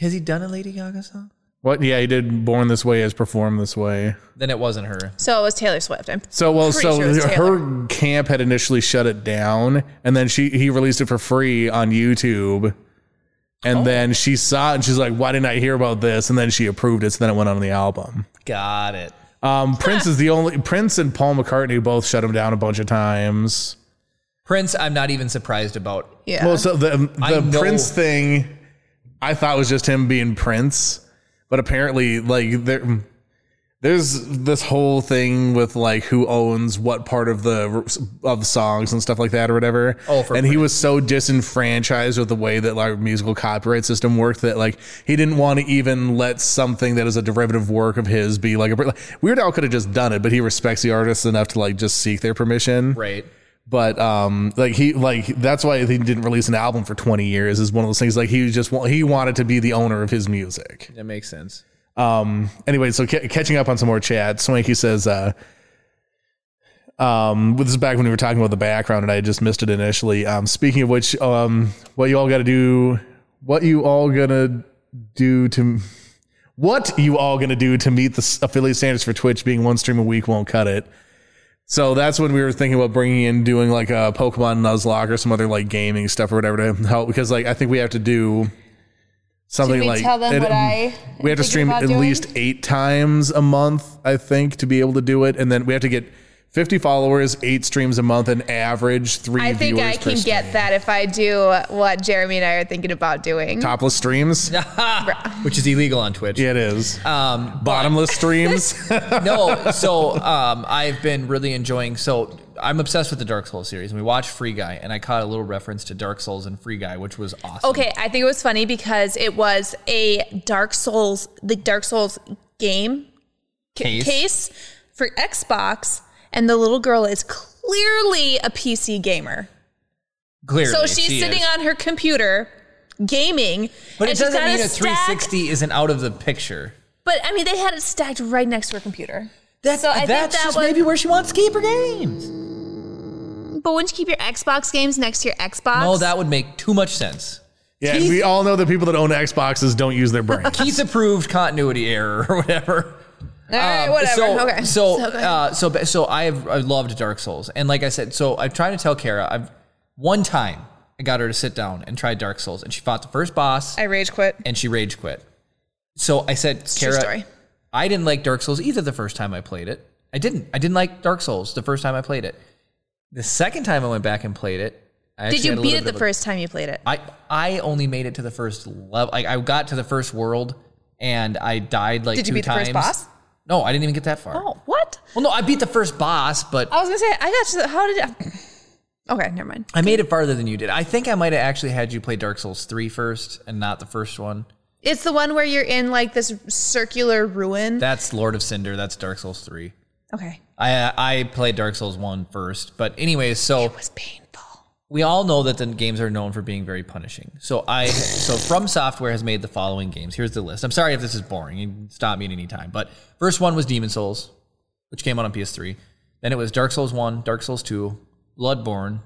has he done a Lady Gaga song?
what? Yeah, he did Born This Way as Performed This Way.
Then it wasn't her.
So it was Taylor Swift. I'm
So well,
Pretty
so
sure it's
her camp had initially shut it down, and then she he released it for free on YouTube, and then she saw it and she's like, "Why didn't I hear about this?" And then she approved it, so then it went on the album.
Got it.
Um, Prince is the only Prince and Paul McCartney both shut him down a bunch of times.
Prince, I'm not even surprised about.
yeah.
Well, so the
I
the
know-
Prince thing, I thought was just him being Prince, but apparently, like there, there's this whole thing with like who owns what part of the of songs and stuff like that or whatever.
Oh, for
and he was so disenfranchised with the way that like musical copyright system worked that like he didn't want to even let something that is a derivative work of his be like a like, Weird Al could have just done it, but he respects the artists enough to like just seek their permission
Right.
but um like he like that's why he didn't release an album for 20 years is one of those things like he was just wa- he wanted to be the owner of his music
That makes sense.
um anyway so ca- catching up on some more chat swanky says uh um this is back when we were talking about the background and i just missed it initially um speaking of which um what you all gotta do what you all gonna do to what you all gonna do to meet the s- affiliate standards for twitch being one stream a week won't cut it so that's when we were thinking about bringing in doing like a pokemon nuzlocke or some other like gaming stuff or whatever to help because like i think we have to do something
we
like
tell them
and-
what I
we have to
think
stream
about
at
doing?
least eight times a month, I think, to be able to do it. And then we have to get 50 followers, eight streams a month, and average three
I think
viewers
I can
per stream.
get that if I do what Jeremy and I are thinking about doing.
Topless streams? Yeah,
Which is illegal on Twitch.
it is. Um, Bottomless streams?
no, so um, I've been really enjoying. So I'm obsessed with the Dark Souls series, and we watched Free Guy, and I caught a little reference to Dark Souls and Free Guy, which was awesome.
Okay, I think it was funny because it was a Dark Souls, the Dark Souls game
Case.
case for Xbox, and the little girl is clearly a PC gamer.
Clearly,
So she's
she
sitting
is.
on her computer gaming.
But it
and she's
doesn't
got
mean a
stack-
360 isn't out of the picture.
But I mean, they had it stacked right next to her computer.
That's,
so I
that's
think that
just
was.
maybe where she wants to keep her games.
But wouldn't you keep your Xbox games next to your Xbox?
No, that would make too much sense.
yeah,
Keith-
we all know that people that own Xboxes don't use their brain.
Keith approved continuity error or whatever.
All right,
Um,
whatever.
So,
okay.
So,
go ahead.
uh, so, ba- so I've I loved Dark Souls, and like I said, so I'm trying to tell Kara. I've one time I got her to sit down and try Dark Souls, and she fought the first boss,
I rage quit.
and she rage quit. So I said,
true
Kara,
story.
I didn't like Dark Souls either the first time I played it. I didn't. I didn't like Dark Souls the first time I played it. The second time I went back and played it, I
Did
actually had
you
a
beat
little
it
bit
the
of a-
first time you played it?
I I only made it to the first level. Like I got to the first world and I died like
Did
two
you beat the
times.
first boss?
No, I didn't even get that far.
Oh, what?
Well, no, I beat the first boss, but
I was gonna say I got. You, how did? I, okay, never mind.
I made it farther than you did. I think I might have actually had you play Dark Souls 3 first and not the first one.
It's the one where you're in like this circular ruin.
That's Lord of Cinder. That's Dark Souls 3.
okay,
I I played Dark Souls 1 first, but anyways, so
it was painful.
we all know that the games are known for being very punishing. So I so From Software has made the following games. Here's the list. I'm sorry if this is boring. You can stop me at any time. But first one was Demon Souls, which came out on PS3. Then it was Dark Souls 1, Dark Souls 2, Bloodborne,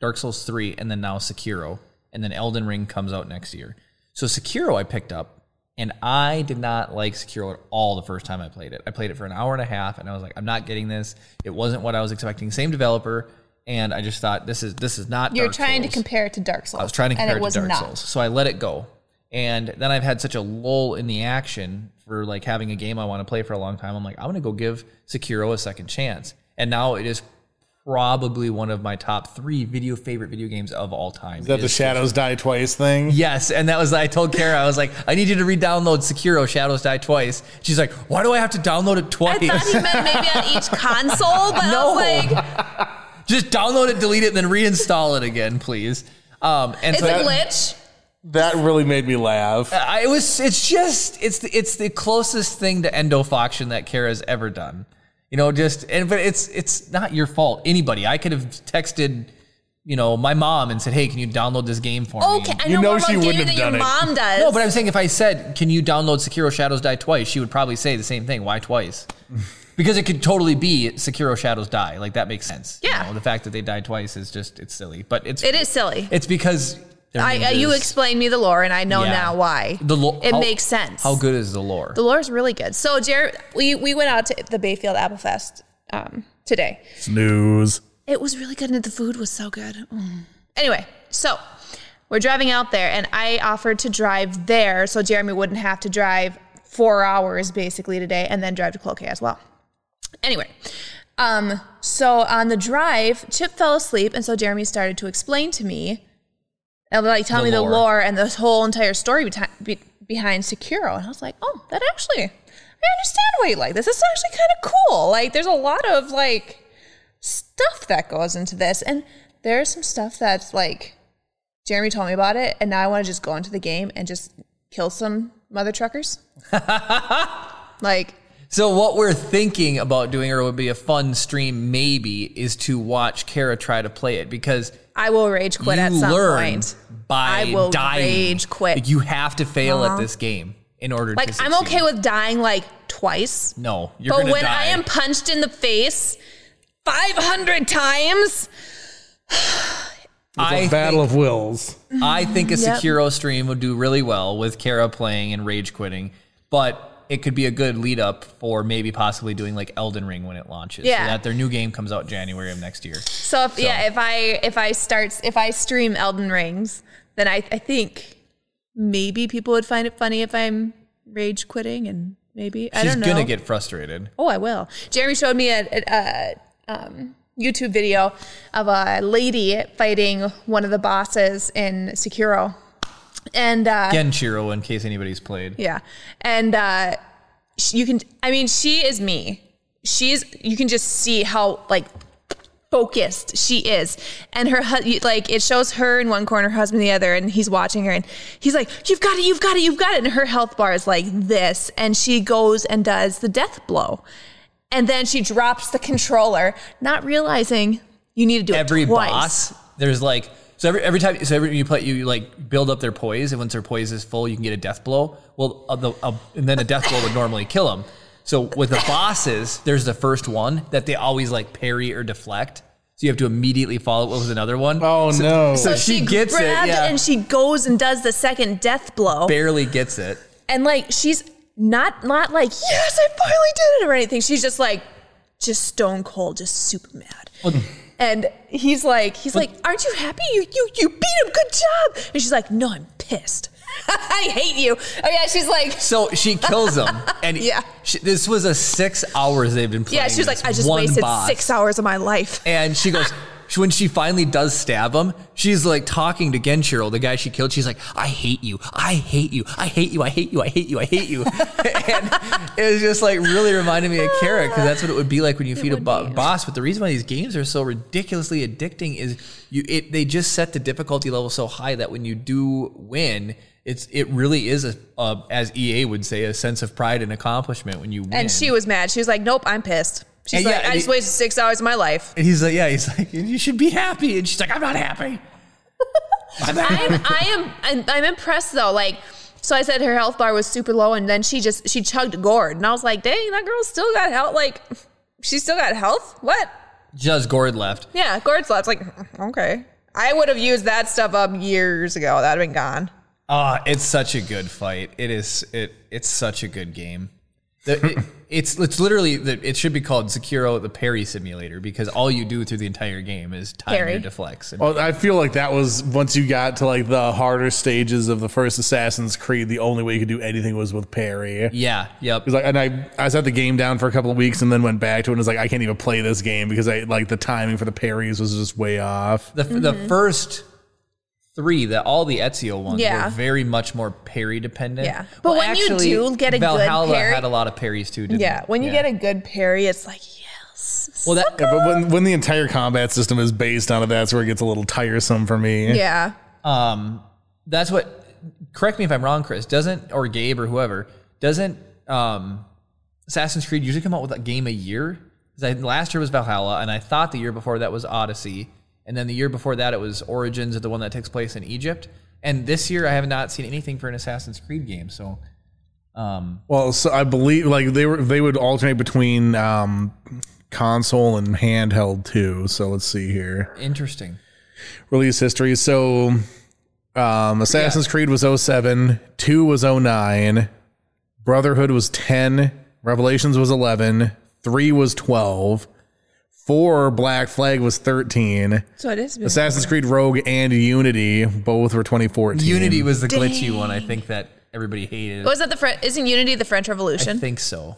Dark Souls 3, and then now Sekiro. And then Elden Ring comes out next year. So Sekiro I picked up and I did not like Sekiro at all the first time I played it. I played it for an hour and a half and I was like, I'm not getting this. It wasn't what I was expecting. Same developer. And I just thought this is this is not
You're
Dark
trying
Souls.
to compare it to Dark Souls.
I was trying to compare
and
it,
it was
to Dark
not.
Souls, so I let it go. And then I've had such a lull in the action for like having a game I want to play for a long time. I'm like, I'm going to go give Sekiro a second chance. And now it is probably one of my top three video favorite video games of all time.
Is that the
Is-
shadows die twice thing?
Yes, and that was I told Kara I was like I need you to re-download Sekiro Shadows Die Twice. She's like, why do I have to download it
I
twice?
thought he meant maybe on each console, but I
No.
was like,
Just download it, delete it, and then reinstall it again, please. Um, and
it's
so
a
I-
glitch.
That really made me laugh.
I, it was. It's just. It's the. It's the closest thing to endofoction that Kara's ever done. You know, just and but it's it's not your fault. Anybody, I could have texted, you know, my mom and said, "Hey, can you download this game for me?"
Okay, I
You
know,
know
more
she
about
wouldn't
gaming
have
than your
done it.
mom does.
No, but I'm saying if I said, "Can you download Sekiro Shadows Die twice?" she would probably say the same thing. Why twice? because it could totally be Sekiro Shadows Die. Like that makes sense. You
Yeah.
know, the fact that they die twice is just it's silly, but it's
it is silly.
It's because they're
I, uh, you
ninjas.
explained me the lore, and I know
Yeah.
now why.
the lo-
it
how-
makes sense.
How good is the lore?
The lore is really good. So, Jared, we, we went out to the Bayfield Apple Fest um, today.
Snooze.
It was really good, and the food was so good. Mm. Anyway, so we're driving out there, and I offered to drive there so Jeremy wouldn't have to drive four hours basically today and then drive to Cloquet as well. Anyway, um, so on the drive, Chip fell asleep, and so Jeremy started to explain to me, and like tell
The
me
lore.
the lore and this whole entire story beti- be- behind Sekiro, and I was like, oh, that actually, I understand why you like this. This is actually kind of cool. Like, there's a lot of like stuff that goes into this, and there's some stuff that's like Jeremy told me about it, and now I want to just go into the game and just kill some mother truckers. like,
So what we're thinking about doing, or would be a fun stream, maybe, is to watch Kara try to play it because
I will rage quit
you
at some
learn
point.
by
I will
dying.
rage quit. Uh-huh.
Like, you have to fail at this game in order. to
Like, I'm
succeed.
okay with dying like twice,
No, you're
but
gonna
when
die.
I am punched in the face 500 times,
I
A battle
think,
of wills.
I think a
Yep.
Sekiro stream would do really well with Kara playing and rage quitting, but. It could be a good lead up for maybe possibly doing like Elden Ring when it launches. So
Yeah.
that their new game comes out January of next year.
so if yeah, if I if I start if I stream Elden Rings, then I I think maybe people would find it funny if I'm rage quitting and maybe I
She's
don't know.
gonna get frustrated.
Oh, I will. Jeremy showed me a, a, a um, YouTube video of a lady fighting one of the bosses in Sekiro, and uh,
Genshiro, in case anybody's played.
yeah, and uh, sh- you can. I mean, she is me. She is. You can just see how like focused she is, and her hu- you- like it shows her in one corner, her husband in the other, and he's watching her, and he's like, "You've got it, you've got it, you've got it," and her health bar is like this, and she goes and does the death blow, and then she drops the controller, not realizing you need to do
every
it twice.
boss there's like so every every time so every you play you, you like build up their poise and once their poise is full you can get a death blow well uh, the, uh, and then a death blow would normally kill them so with the bosses there's the first one that they always like parry or deflect so you have to immediately follow it with another one.
Oh, no.
So
she
she,
gets it,
grabbed
yeah.
and she goes and does the second death blow.
barely gets it
and like she's not not like yes i finally did it or anything she's just like just stone cold just super mad and he's like he's like aren't you happy you you you beat him good job and she's like no i'm pissed i hate you oh yeah she's like
so she kills them and
Yeah.
she, this was a six hours they've been playing
yeah she's
this
like i just
one
wasted
boss.
six hours of my life
And she goes, she- when she finally does stab him, she's like talking to Genshiro, the guy she killed. She's like, I hate you. I hate you. I hate you. I hate you. I hate you. I hate you. and it was just like really reminded me of Kara because that's what it would be like when you feed a
would
bo-
be.
boss. But the reason why these games are so ridiculously addicting is you it they just set the difficulty level so high that when you do win, it's it really is a, a as EA would say a sense of pride and accomplishment when you win.
and she was mad she was like nope i'm pissed she's
And yeah,
like i
and
just
it-
wasted six hours of my life
and he's like, yeah, he's like, you should be happy, and she's like, I'm not happy. I'm not
I'm, I am, I'm, I'm impressed though. Like, so I said her health bar was super low, and then she just she chugged gourd, and I was like, dang, that girl still got health. Like, she still got health. What?
Just Gord left.
Yeah, gourd's left. Like, "Mm, okay, I would have used that stuff up years ago. That'd have been gone.
Ah, it's such a good fight. It is. It it's such a good game. The, it, it's it's literally the, it should be called Sekiro the parry simulator because all you do through the entire game is time
Parry.
your deflects. And,
Well, I feel like that was once you got to like the harder stages of the first Assassin's Creed, the only way you could do anything was with parry.
yeah, yep.
It's like, and I, I set the game down for a couple of weeks and then went back to it and was like, I can't even play this game because I like the timing for the parries was just way off.
The, the
Mm-hmm.
first three, that all the Ezio ones
Yeah.
were very much more parry dependent.
Yeah. But when you do get a good
Valhalla
parry-
had a lot of parries too. Didn't
Yeah,
it?
when you get a good parry, it's like yes.
well, that
Yeah, but when, when the entire combat system is based on it, that's where it gets a little tiresome for me.
Yeah,
um, that's what. Correct me if I'm wrong, Chris. Doesn't or Gabe or whoever doesn't um, Assassin's Creed usually come out with a game a year? 'Cause I, last year was Valhalla, and I thought the year before that was Odyssey, and then the year before that it was Origins, the one that takes place in Egypt. And this year, I have not seen anything for an Assassin's Creed game. So, um,
Well, so I believe like they were they would alternate between um, console and handheld too. So let's see here.
interesting.
release history. So um Assassin's Creed was 07, 2 was 09, Brotherhood was 10, Revelations was 11, 3 was 12, 4 Black Flag was 13.
so it is.
Assassin's Creed Rogue and Unity both were 2014.
Unity was the glitchy one. I think that everybody hated.
Was that the French? Isn't Unity the French
I
Revolution?
think so.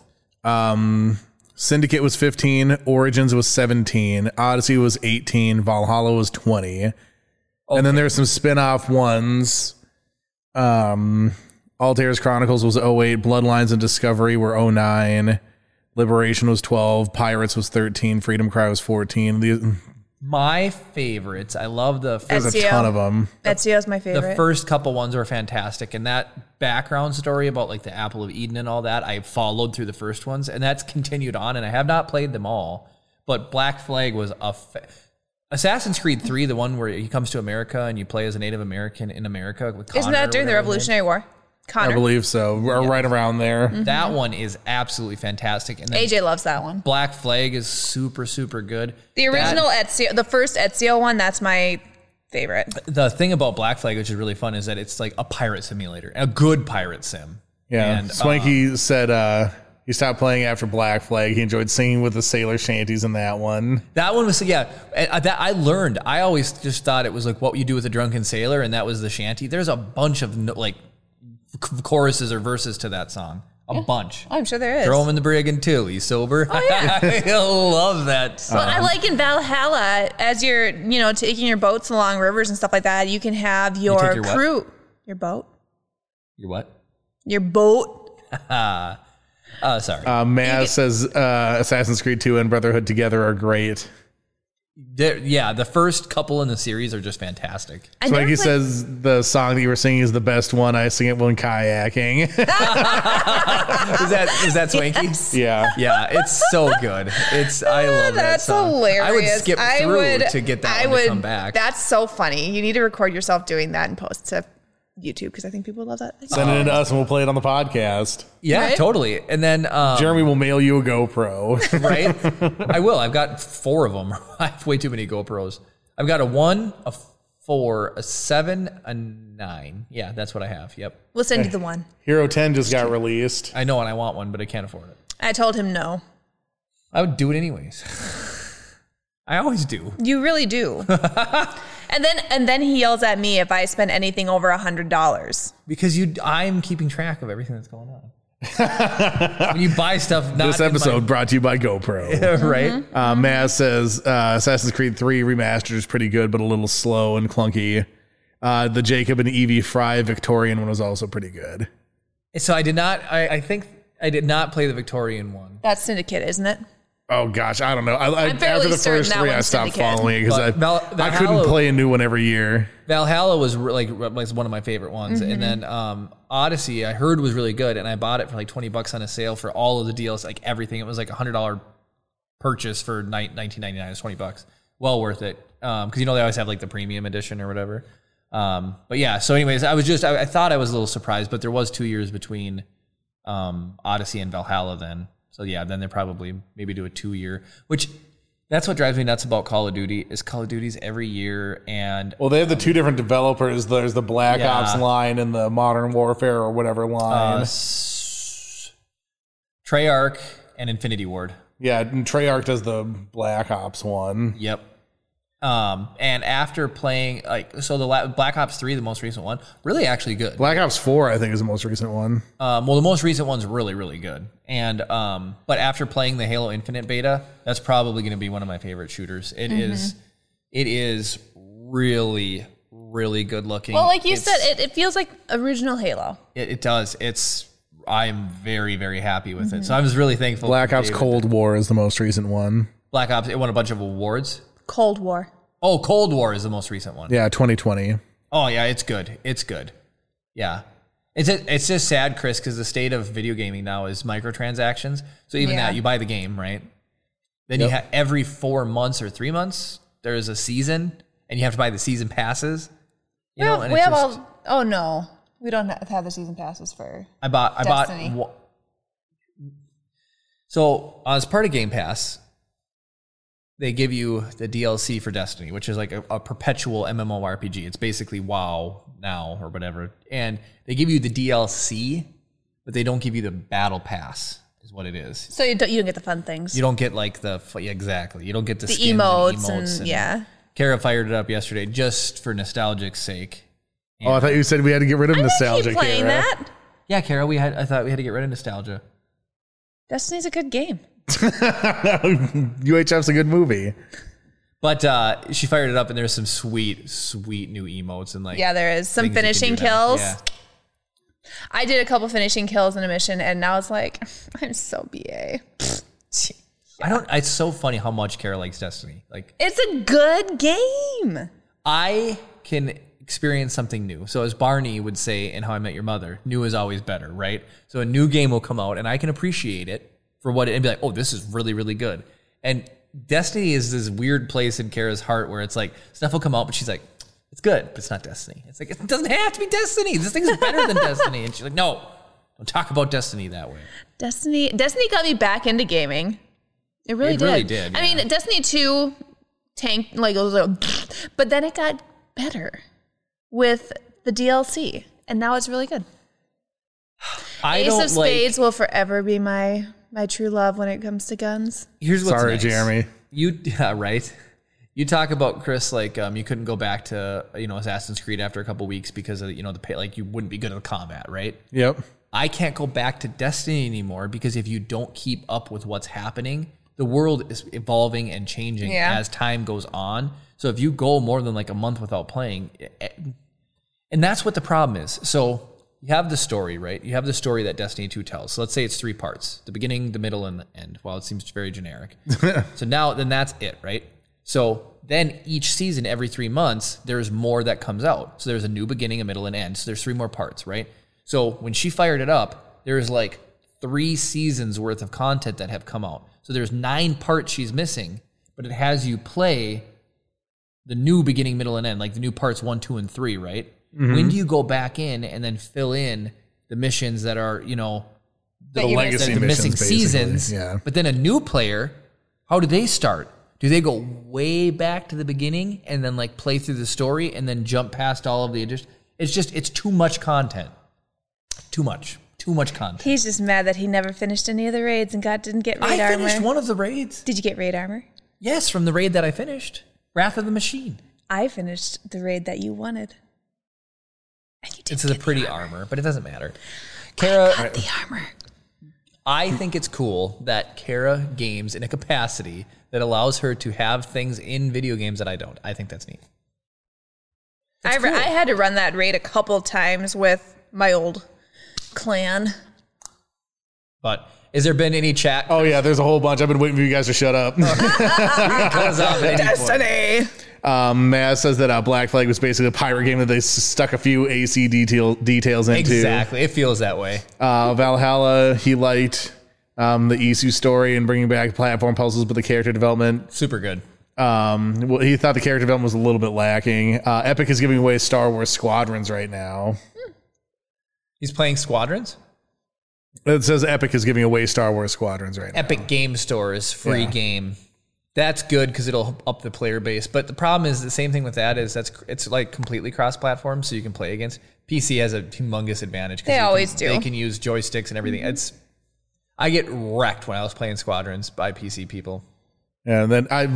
Um, Syndicate was 15, Origins was 17, Odyssey was 18, Valhalla was 20. And then there's some spin-off ones. Um Altair's Chronicles was 08, Bloodlines and Discovery were 09, Liberation was 12, Pirates was 13, Freedom Cry was 14. The-
My favorites. I love the first,
There's a
Ezio.
ton of them.
Ezio is my
the
favorite.
first couple ones were fantastic, and that background story about like the Apple of Eden and all that. I followed through the first ones, and that's continued on. And I have not played them all, but Black Flag was a. Fa- Assassin's Creed Three, the one where he comes to America and you play as a Native American in America. With
Isn't
Connor or
that during the
whatever his name
Revolutionary War?
I
Connor.
believe so. Or right around there.
is. That one is absolutely fantastic, and then
AJ loves that one.
Black Flag is super super good.
The
That-
original Ezio, the first Ezio one, that's my favorite.
the thing about Black Flag, which is really fun, is that it's like a pirate simulator, a good pirate sim.
Yeah.
And, uh,
Swanky said uh he stopped playing after Black Flag. He enjoyed singing with the sailor shanties in that one.
That one was yeah. and I- That I learned. I always just thought it was like what you do with a drunken sailor, and that was the shanty. There's a bunch of no, like c- choruses or verses to that song. A bunch.
Oh, I'm sure there is.
Throw him in the brig until he's sober. Oh,
yeah.
I love that. Song.
Well, I like in Valhalla, as you're, you know, taking your boats along rivers and stuff like that, you can have your,
your what?
crew. Your boat?
You're what?
Your boat.
Uh, sorry.
Uh, Maz says uh, Assassin's Creed 2 and Brotherhood together are great.
There- yeah, the first couple in the series are just fantastic.
I
So
never
like he
played-
says, the song that you were singing is the best one. I sing it when kayaking.
Is that is that swanky?
yeah.
Yeah, it's so good. It's I love that
Oh, That's
song.
hilarious.
I would skip through
I would-
to get that one
I
to
would-
come back.
That's so funny. You need to record yourself doing that and post to YouTube because I think people would love that.
Send it in to us and we'll play it on the podcast.
yeah,
right?
totally. And then um,
Jeremy will mail you a GoPro.
right? I will. I've got four of them. I have way too many GoPros. I've got a one, a four, a seven, a nine. Yeah, that's what I have. Yep.
We'll send you the one.
Hero 10 just got released.
I know, and I want one, but I can't afford it.
I told him no.
I would do it anyways. I always do.
You really do. and then and then he yells at me if I spend anything over a hundred dollars.
because you I'm keeping track of everything that's going on. when you buy stuff, not
This
in my-
episode brought to you by GoPro.
right?
Uh, Maz says uh, Assassin's Creed 3 remastered is pretty good, but a little slow and clunky. Uh, the Jacob and Evie Fry Victorian one was also pretty good.
So I did not. I, I think I did not play the Victorian one.
That's syndicate, isn't it?
Oh gosh, I don't know. I, I,
I'm fairly
after the
certain
first
that
three, I
one's
stopped
Syndicate.
following because
But
I,
Val-
I couldn't
Valhalla-
play a new one every year.
Valhalla was re- like re- was one of my favorite ones, and then um, Odyssey I heard was really good, and I bought it for like twenty bucks on a sale for all of the deals, like everything. It was like a hundred dollar purchase for nineteen ninety nine. It was twenty bucks, well worth it because you know they always have like the premium edition or whatever. Um, but yeah, so anyways, I was just I, I thought I was a little surprised, but there was two years between um, Odyssey and Valhalla then. So yeah, then they probably maybe do a two year, which that's what drives me nuts about Call of Duty is Call of Duty's every year and
Well, they have the two different developers. There's the Black
Yeah. Uh,
Ops line and the Modern Warfare or whatever line.
S- Treyarch and Infinity Ward.
Yeah, and Treyarch does the Black Ops one.
Yep. Um, and after playing like so, the la- Black Ops Three, the most recent one, really actually good.
Black Ops four, I think, is the most recent one.
Um, well, the most recent one's really really good. And um, but after playing the Halo Infinite beta, that's probably going to be one of my favorite shooters. It
Mm-hmm.
is. It is really really good looking.
Well, like you
It's-
said, it, it feels like original Halo.
It, it does. It's. I'm very very happy with
Mm-hmm.
it. So I was really thankful.
Black Ops
They-
Cold War is the most recent one.
Black Ops. It won a bunch of awards.
Cold War.
Oh, Cold War is the most recent one.
Yeah, 2020.
Oh yeah, it's good. It's good. Yeah. It's it's just sad, Chris, because the state of video gaming now is microtransactions. So even
Yeah.
that, you buy the game, right? Then you have every four months or three months, there's a season, and you have to buy the season passes. You
We
know,
have,
and
we
it's
have
just-
all. Oh no, we don't ha- have the season passes for.
I bought. I
Destiny.
bought. wa- So as part of Game Pass, they give you the DLC for Destiny, which is like a, a perpetual MMORPG. It's basically WoW now or whatever, and they give you the DLC, but they don't give you the Battle Pass. Is what it is.
So you don't you don't get the fun things.
You don't get like the f- exactly. You don't get the,
the
skins and
emotes, and,
emotes and-
yeah.
Kara fired it up yesterday just for nostalgic's sake.
Oh, I thought you said we had to get rid of
I
nostalgia.
keep playing
Kara.
that.
Yeah, Kara, we had. I thought we had to get rid of nostalgia.
Destiny's a good game.
UHF's a good movie.
But uh, she fired it up, and there's some sweet, sweet new emotes and like
Yeah, there is some
things you can
finishing
do now.
kills.
Yeah.
I did a couple finishing kills in a mission, and now it's like I'm so ba.
I don't. It's so funny how much Kara likes Destiny. Like
It's a good game.
I can experience something new. So as Barney would say in How I Met Your Mother, new is always better, right? So a new game will come out, and I can appreciate it for what it and be like, oh, this is really, really good. And Destiny is this weird place in Kara's heart where it's like stuff will come out, but she's like. It's good, but it's not Destiny. It's like it doesn't have to be Destiny. This thing's better than Destiny, and she's like, "No, don't talk about Destiny that way."
Destiny Destiny got me back into gaming. It really
It
did.
really did,
I mean, Destiny 2 tank like it was like, but then it got better with the DLC. And now it's really good.
I
Ace
don't
of
like-
Spades will forever be my my true love when it comes to guns.
Here's what's
Sorry,
nice.
Jeremy.
You yeah, right? You talk about Chris like um, you couldn't go back to you know Assassin's Creed after a couple weeks because of you know the pay, like you wouldn't be good at the combat, right?
Yep.
I can't go back to Destiny anymore because if you don't keep up with what's happening, the world is evolving and changing
Yeah.
as time goes on. So if you go more than like a month without playing, eh, eh, and that's what the problem is. So you have the story, right? You have the story that Destiny 2 tells. So let's say it's three parts the beginning, the middle, and the end. Well, it seems very generic. so now, then that's it, right? So then each season, every three months, there's more that comes out. So there's a new beginning, a middle, and end. So there's three more parts, right? So when she fired it up, there's like three seasons worth of content that have come out. So there's nine parts she's missing, but it has you play the new beginning, middle, and end, like the new parts one, two, and three, right? When do you go back in and then fill in the missions that are, you know,
That
the,
you missed.
legacy
the
missions,
missing
basically.
seasons?
Yeah.
But then a new player, how do they start? Do they go way back to the beginning and then like play through the story and then jump past all of the addition? It's just it's too much content. Too much. Too much content.
He's just mad that he never finished any of the raids and got didn't get
I
raid armor.
finished one of the raids.
Did you get raid armor?
Yes, from the raid that I finished. Wrath of the Machine.
I finished the raid that you wanted. And you did
It's the pretty armor, but it doesn't matter. Kara,
got the armor.
I think it's cool that Kara games in a capacity that allows her to have things in video games that I don't. I think that's neat.
I,
That's
ra-
cool.
I had to run that raid a couple times with my old clan.
But has there been any chat?
Oh yeah, there's a whole bunch. I've been waiting for you guys to shut up. Oh,
comes up at any point?
Destiny.
Um, Maz says that uh, Black Flag was basically a pirate game that they s- stuck a few AC detail details into.
Exactly. It feels that way.
Uh, Valhalla, he liked um, the Isu story and bringing back platform puzzles, but the character development
Super good.
Um, well, he thought the character development was a little bit lacking. Uh, Epic is giving away Star Wars Squadrons right now.
He's playing Squadrons.
It says Epic is giving away Star Wars Squadrons right now.
Epic Game Store's free
Yeah.
game. That's good because it'll up the player base. But the problem is the same thing with that is that's it's like completely cross-platform, so you can play against PC has a humongous advantage. 'cause
They
you can-
always do. Mm-hmm.
They can use joysticks and everything. It's I get wrecked when I was playing squadrons by PC people.
And then I,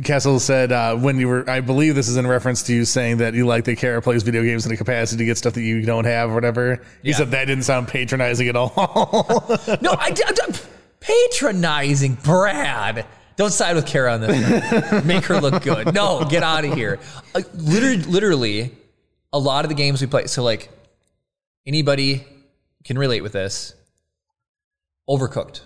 Kessel said, uh, when you were, I believe this is in reference to you saying that you like that Kara plays video games in a capacity to get stuff that you don't have or whatever. He
Yeah.
said that didn't sound patronizing at all.
No, I, d- I d- patronizing Brad. Don't side with Kara on this. one. Make her look good. No, get out of here. Uh, literally, literally, a lot of the games we play. So, like, anybody can relate with this. Overcooked.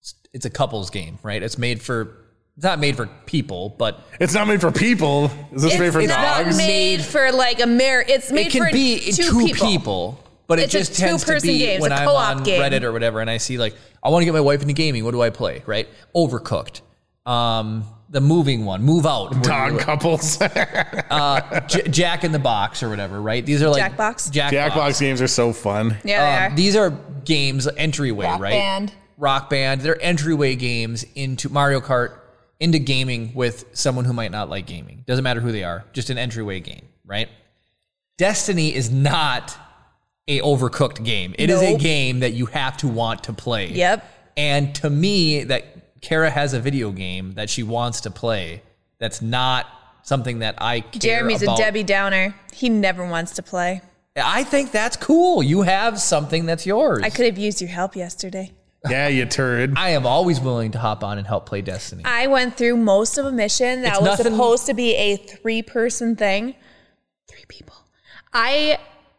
It's, it's a couples game, right? It's made for. It's not made for people, but
it's not made for people. Is this made for
it's not
dogs?
made for like a marriage. It's made
it can
for
be
two,
people.
people.
but it
It's a
just tends to
two-person
be
game. It's
when
a
I'm
co-op
on
game.
Reddit or whatever, and I see like I want to get my wife into gaming. What do I play? Right? Overcooked. Um, the moving one, move out. where
Dog
you-
couples.
J- Jack in the box or whatever. Right? These are like
Jackbox?
Jackbox games are so fun.
Yeah, they are.
Um, these are games entryway,
Rock
right?
Band.
Rock Band. They're entryway games into Mario Kart, into gaming with someone who might not like gaming. Doesn't matter who they are. Just an entryway game, right? Destiny is not a overcooked game. It is a
Nope.
game that you have to want to play.
Yep.
And to me, that Kara has a video game that she wants to play. That's not something that I care
Jeremy's
about.
a Debbie Downer. He never wants to play.
I think that's cool. You have something that's yours.
I could have used your help yesterday.
Yeah, you turd.
I am always willing to hop on and help play Destiny.
I went through most of a mission that
It's
was
nothing-
supposed to be a three person thing. Three people. I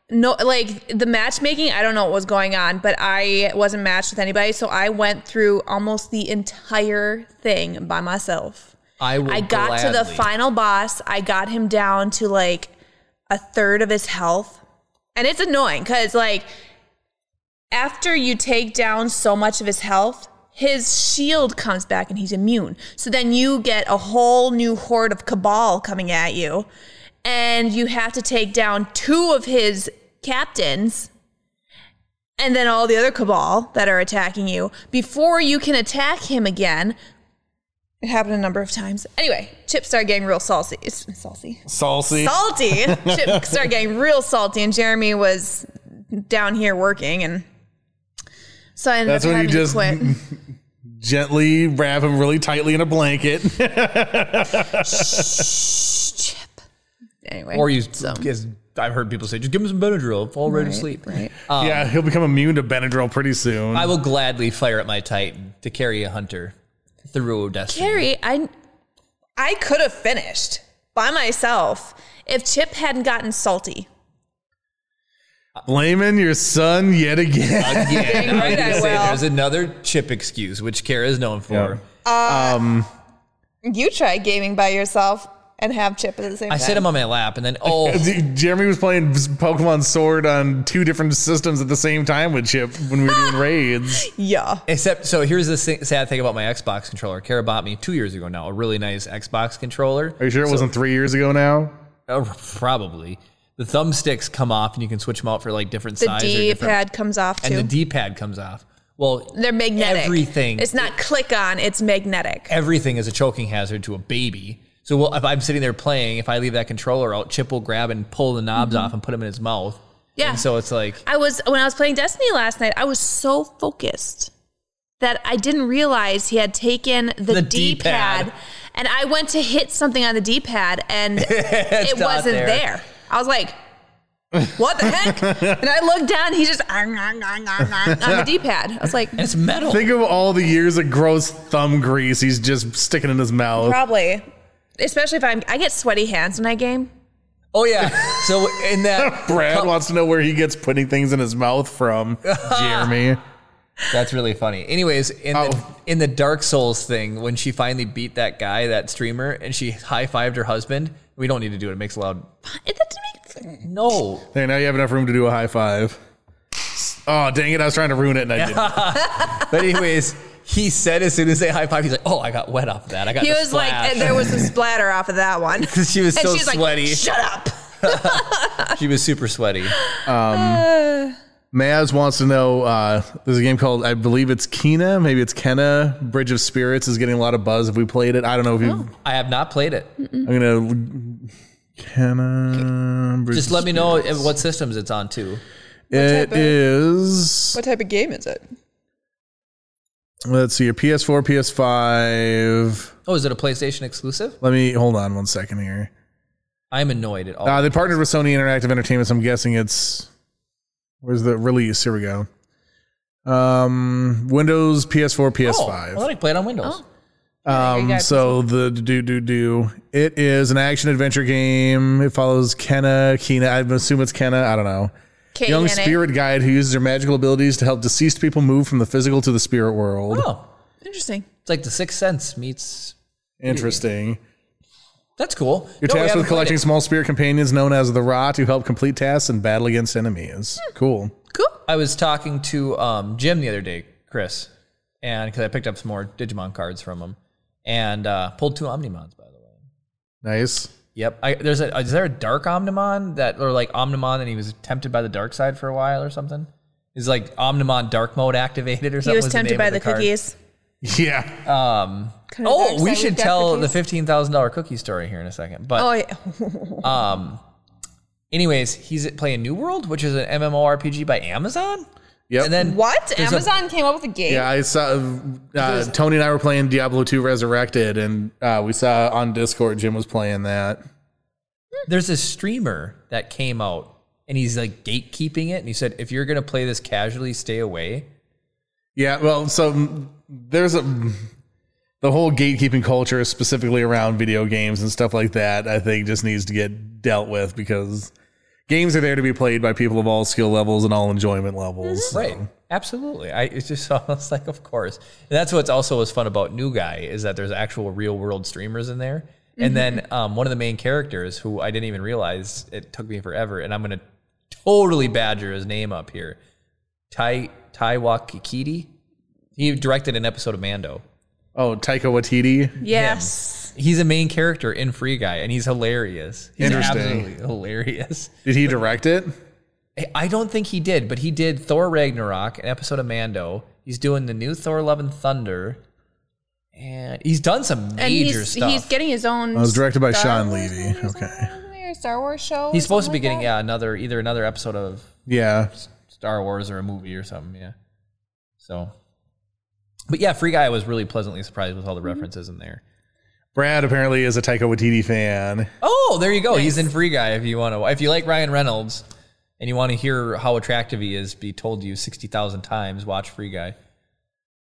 no like the matchmaking, I don't know what was going on, but I wasn't matched with anybody, so I went through almost the entire thing by myself.
I will
I got to the
gladly-
final boss. I got him down to like a third of his health. And it's annoying because, like, after you take down so much of his health, his shield comes back and he's immune. So then you get a whole new horde of cabal coming at you. And you have to take down two of his captains and then all the other cabal that are attacking you before you can attack him again. It happened a number of times. Anyway, Chip started getting real salty. It's salty.
Salsy.
Salty. Chip started getting real salty, and Jeremy was down here working, and so I ended
That's
up
when you
having
just
to quit.
gently wrap him really tightly in a blanket.
Chip. Anyway,
Or you,
so-
as I've heard people say, just give him some Benadryl, fall right, to sleep.
right.
yeah, he'll become immune to Benadryl pretty soon.
I will gladly fire at my Titan to carry a hunter through Destiny.
Carrie, I I could have finished by myself if Chip hadn't gotten salty.
Blaming your son yet again.
Again, I was
right,
gonna
I
say,
will.
there's another chip excuse, which Kara is known for.
Yeah.
You try gaming by yourself and have Chip at the same
I
time.
sit him on my lap, and then oh,
Dude, Jeremy was playing Pokemon Sword on two different systems at the same time with Chip when we were doing raids.
yeah.
Except, so here's the si- sad thing about my Xbox controller. Kara bought me two years ago now a really nice Xbox controller.
Are you sure it wasn't three years ago now?
Uh, probably. The thumbsticks come off, and you can switch them out for like different
The
sizes.
D pad comes off too.
and the D pad comes off. Well,
They're magnetic.
Everything.
It's not click on, it's magnetic.
everything is a choking hazard to a baby. So well, if I'm sitting there playing, if I leave that controller out, Chip will grab and pull the knobs off and put them in his mouth.
Mm-hmm. Yeah.
And so it's like
I was when I was playing Destiny last night, I was so focused that I didn't realize he had taken the,
The
D
D-pad.
pad and I went to hit something on the D pad and it
not
wasn't
there.
there. I was like, what the heck? and I looked down, he's just "Ah, nah, nah, nah, nah," on the D pad. I was like,
and it's metal.
Think of all the years of gross thumb grease he's just sticking in his mouth.
probably. Especially if I'm I get sweaty hands when I game.
oh yeah. So in that
Brad
cup-
wants to know where he gets putting things in his mouth from. Jeremy.
that's really funny. Anyways, in
Oh.
the in the Dark Souls thing, when she finally beat that guy, that streamer, and she high fived her husband. We don't need to do it. It makes loud.
It doesn't make
No.
Hey, now you have enough room to do a high five. Oh, dang it. I was trying to ruin it and I didn't.
But anyways, he said as soon as they high five, he's like, "Oh, I got wet off of that. I got."
He
the
was like,
splash."
and there was some splatter off of that one.
she was so
she's
sweaty.
Like, Shut up.
she was super sweaty.
Maz wants to know uh, there's a game called, I believe it's Kena, maybe it's Kenna. Bridge of Spirits is getting a lot of buzz if we played it. I don't know if you.
I have not played it.
Mm-hmm.
I'm going to. Kenna. Bridge
Just
of
let me know what systems it's on too.
It is.
What type of game is it?
Let's see your PS4, PS5.
Oh, is it a PlayStation exclusive?
Let me hold on one second here.
I'm annoyed at all.
Uh, they partnered with Sony Interactive Entertainment, so I'm guessing it's where's the release? Here we go. Um, Windows, PS4,
oh,
PS5.
well, then I play it on
Oh,
Windows.
you
Um,
got
so the do do do. It is an action adventure game. It follows Kenna, Kina. I assume it's Kenna. I don't know.
K
Young
E N A.
spirit guide who uses her magical abilities to help deceased people move from the physical to the spirit world.
Oh.
Interesting.
it's like the Sixth Sense meets.
Interesting.
That's cool. No,
You're
we
tasked
haven't
with
played
collecting
it.
small spirit companions known as the Ra to help complete tasks and battle against enemies.
Hmm.
Cool.
Cool.
I was talking to um, Jim the other day, Chris, and because I picked up some more Digimon cards from him, and uh, pulled two Omnimons by the way.
Nice.
Yep. I, there's a is there a dark Omnimon that or like Omnimon and he was tempted by the dark side for a while or something? Is like Omnimon dark mode activated or
He
something?
was tempted
name
by
of
the,
card.
cookies.
Yeah.
Kinda dark
Oh,
side,
we
we've
should
got
tell the
cookies.
fifteen thousand dollar cookie story here in a second. But
Oh, yeah.
anyways, he's playing New World, which is an MMORPG by Amazon.
Yep.
And then
what?
There's a-
Amazon came up with a game.
Yeah, I saw uh, Tony and I were playing Diablo 2 Resurrected, and uh, we saw on Discord Jim was playing that.
there's this streamer that came out and he's like gatekeeping it and he said if you're gonna play this casually stay away
Yeah, well, so mm, there's a the whole gatekeeping culture, specifically around video games and stuff like that. I think just needs to get dealt with because games are there to be played by people of all skill levels and all enjoyment levels. so.
right absolutely i it's just I was like of course and that's what's also was fun about new guy is that there's actual real world streamers in there and then um, one of the main characters who i didn't even realize it took me forever and i'm gonna totally badger his name up here tai tai wakikiti he directed an episode of mando
Oh, Taika Waititi.
yes.
he's a main character in Free Guy, and he's hilarious. He's
Interesting.
absolutely hilarious.
Did he direct it?
I don't think he did, but he did Thor Ragnarok, an episode of Mando. He's doing the new Thor Love and Thunder, and he's done some major
And he's,
stuff.
he's
He's,
getting his own.
It was directed by
Star
Sean
Wars
Levy.
movie or something,
Okay.
wasn't he? Or Star Wars show. or
supposed to be
something
getting
like
yeah another either another episode of
Yeah.
Star Wars or a movie or something. Yeah, so. But yeah, Free Guy I was really pleasantly surprised with all
Mm-hmm.
the references in there.
Brad apparently is a Taika Waititi fan.
Oh, there you go. He's in Free Guy if you want to. If you like Ryan Reynolds and you want to hear how attractive he is, be told you 60,000 times, watch Free Guy.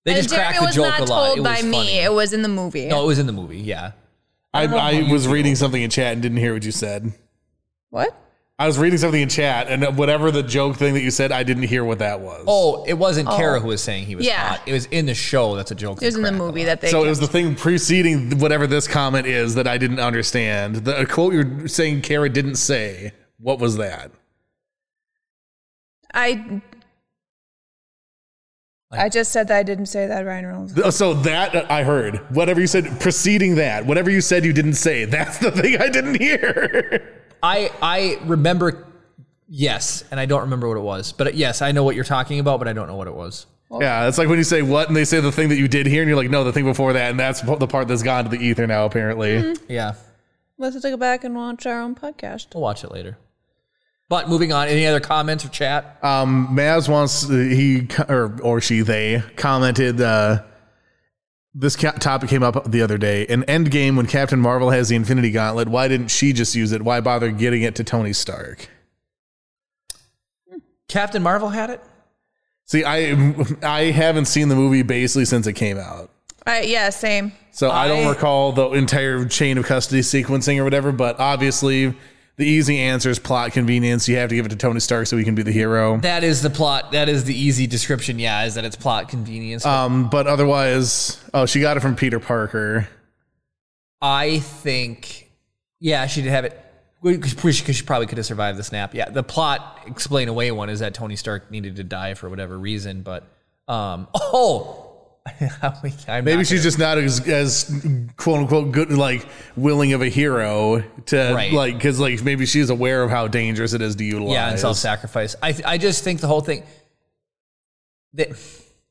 They
And
just
Jeremy
cracked the
was
joke
not
a lot.
told
it was
by
funny.
me. It was in the movie.
no, it was in the movie. Yeah.
I,
don't know
I,
how
was
you
reading something in chat and didn't hear what you said.
What?
I was reading something in chat, and whatever the joke thing that you said, I didn't hear what that was.
Oh, it wasn't Kara who was saying he was
Yeah.
hot. It was in the show. That's a joke.
It was
they
in the
cracked a
movie
lot.
that they.
So it was the thing preceding whatever this comment is that I didn't understand. The a quote you're saying Kara didn't say. What was that?
I. I just said that I didn't say that Ryan Reynolds.
Th- uh, So that I heard. Whatever you said preceding that, whatever you said you didn't say, that's the thing I didn't hear.
I, I remember, yes, and I don't remember what it was. But yes, I know what you're talking about, but I don't know what it was.
yeah, it's like when you say what and they say the thing that you did hear, and you're like, no, the thing before that, and that's the part that's gone to the ether now, apparently.
Yeah.
Let's go back and watch our own podcast.
We'll watch it later. But moving on, any other comments or chat?
Um, Maz wants he or or she they commented uh, this ca- topic came up the other day. An end game when Captain Marvel has the Infinity Gauntlet. Why didn't she just use it? Why bother getting it to Tony Stark?
Captain Marvel had it?
See, I I haven't seen the movie basically since it came out,
I, yeah, same.
so I, don't
I-
recall the entire chain of custody sequencing or whatever. But obviously, the easy answer is plot convenience. You have to give it to Tony Stark so he can be the hero.
That is the plot. That is the easy description. Yeah, is that it's plot convenience.
um, but otherwise, oh, she got it from Peter Parker.
I think, yeah, she did have it. Because she probably could have survived the snap. Yeah, the plot explain away one is that Tony Stark needed to die for whatever reason, but um, oh, I'm
Maybe
not
she's
gonna-
just not as, as quote unquote good, like willing of a hero to
Right.
like because like maybe she's aware of how dangerous it is to utilize.
yeah, and self sacrifice. I I just think the whole thing. That,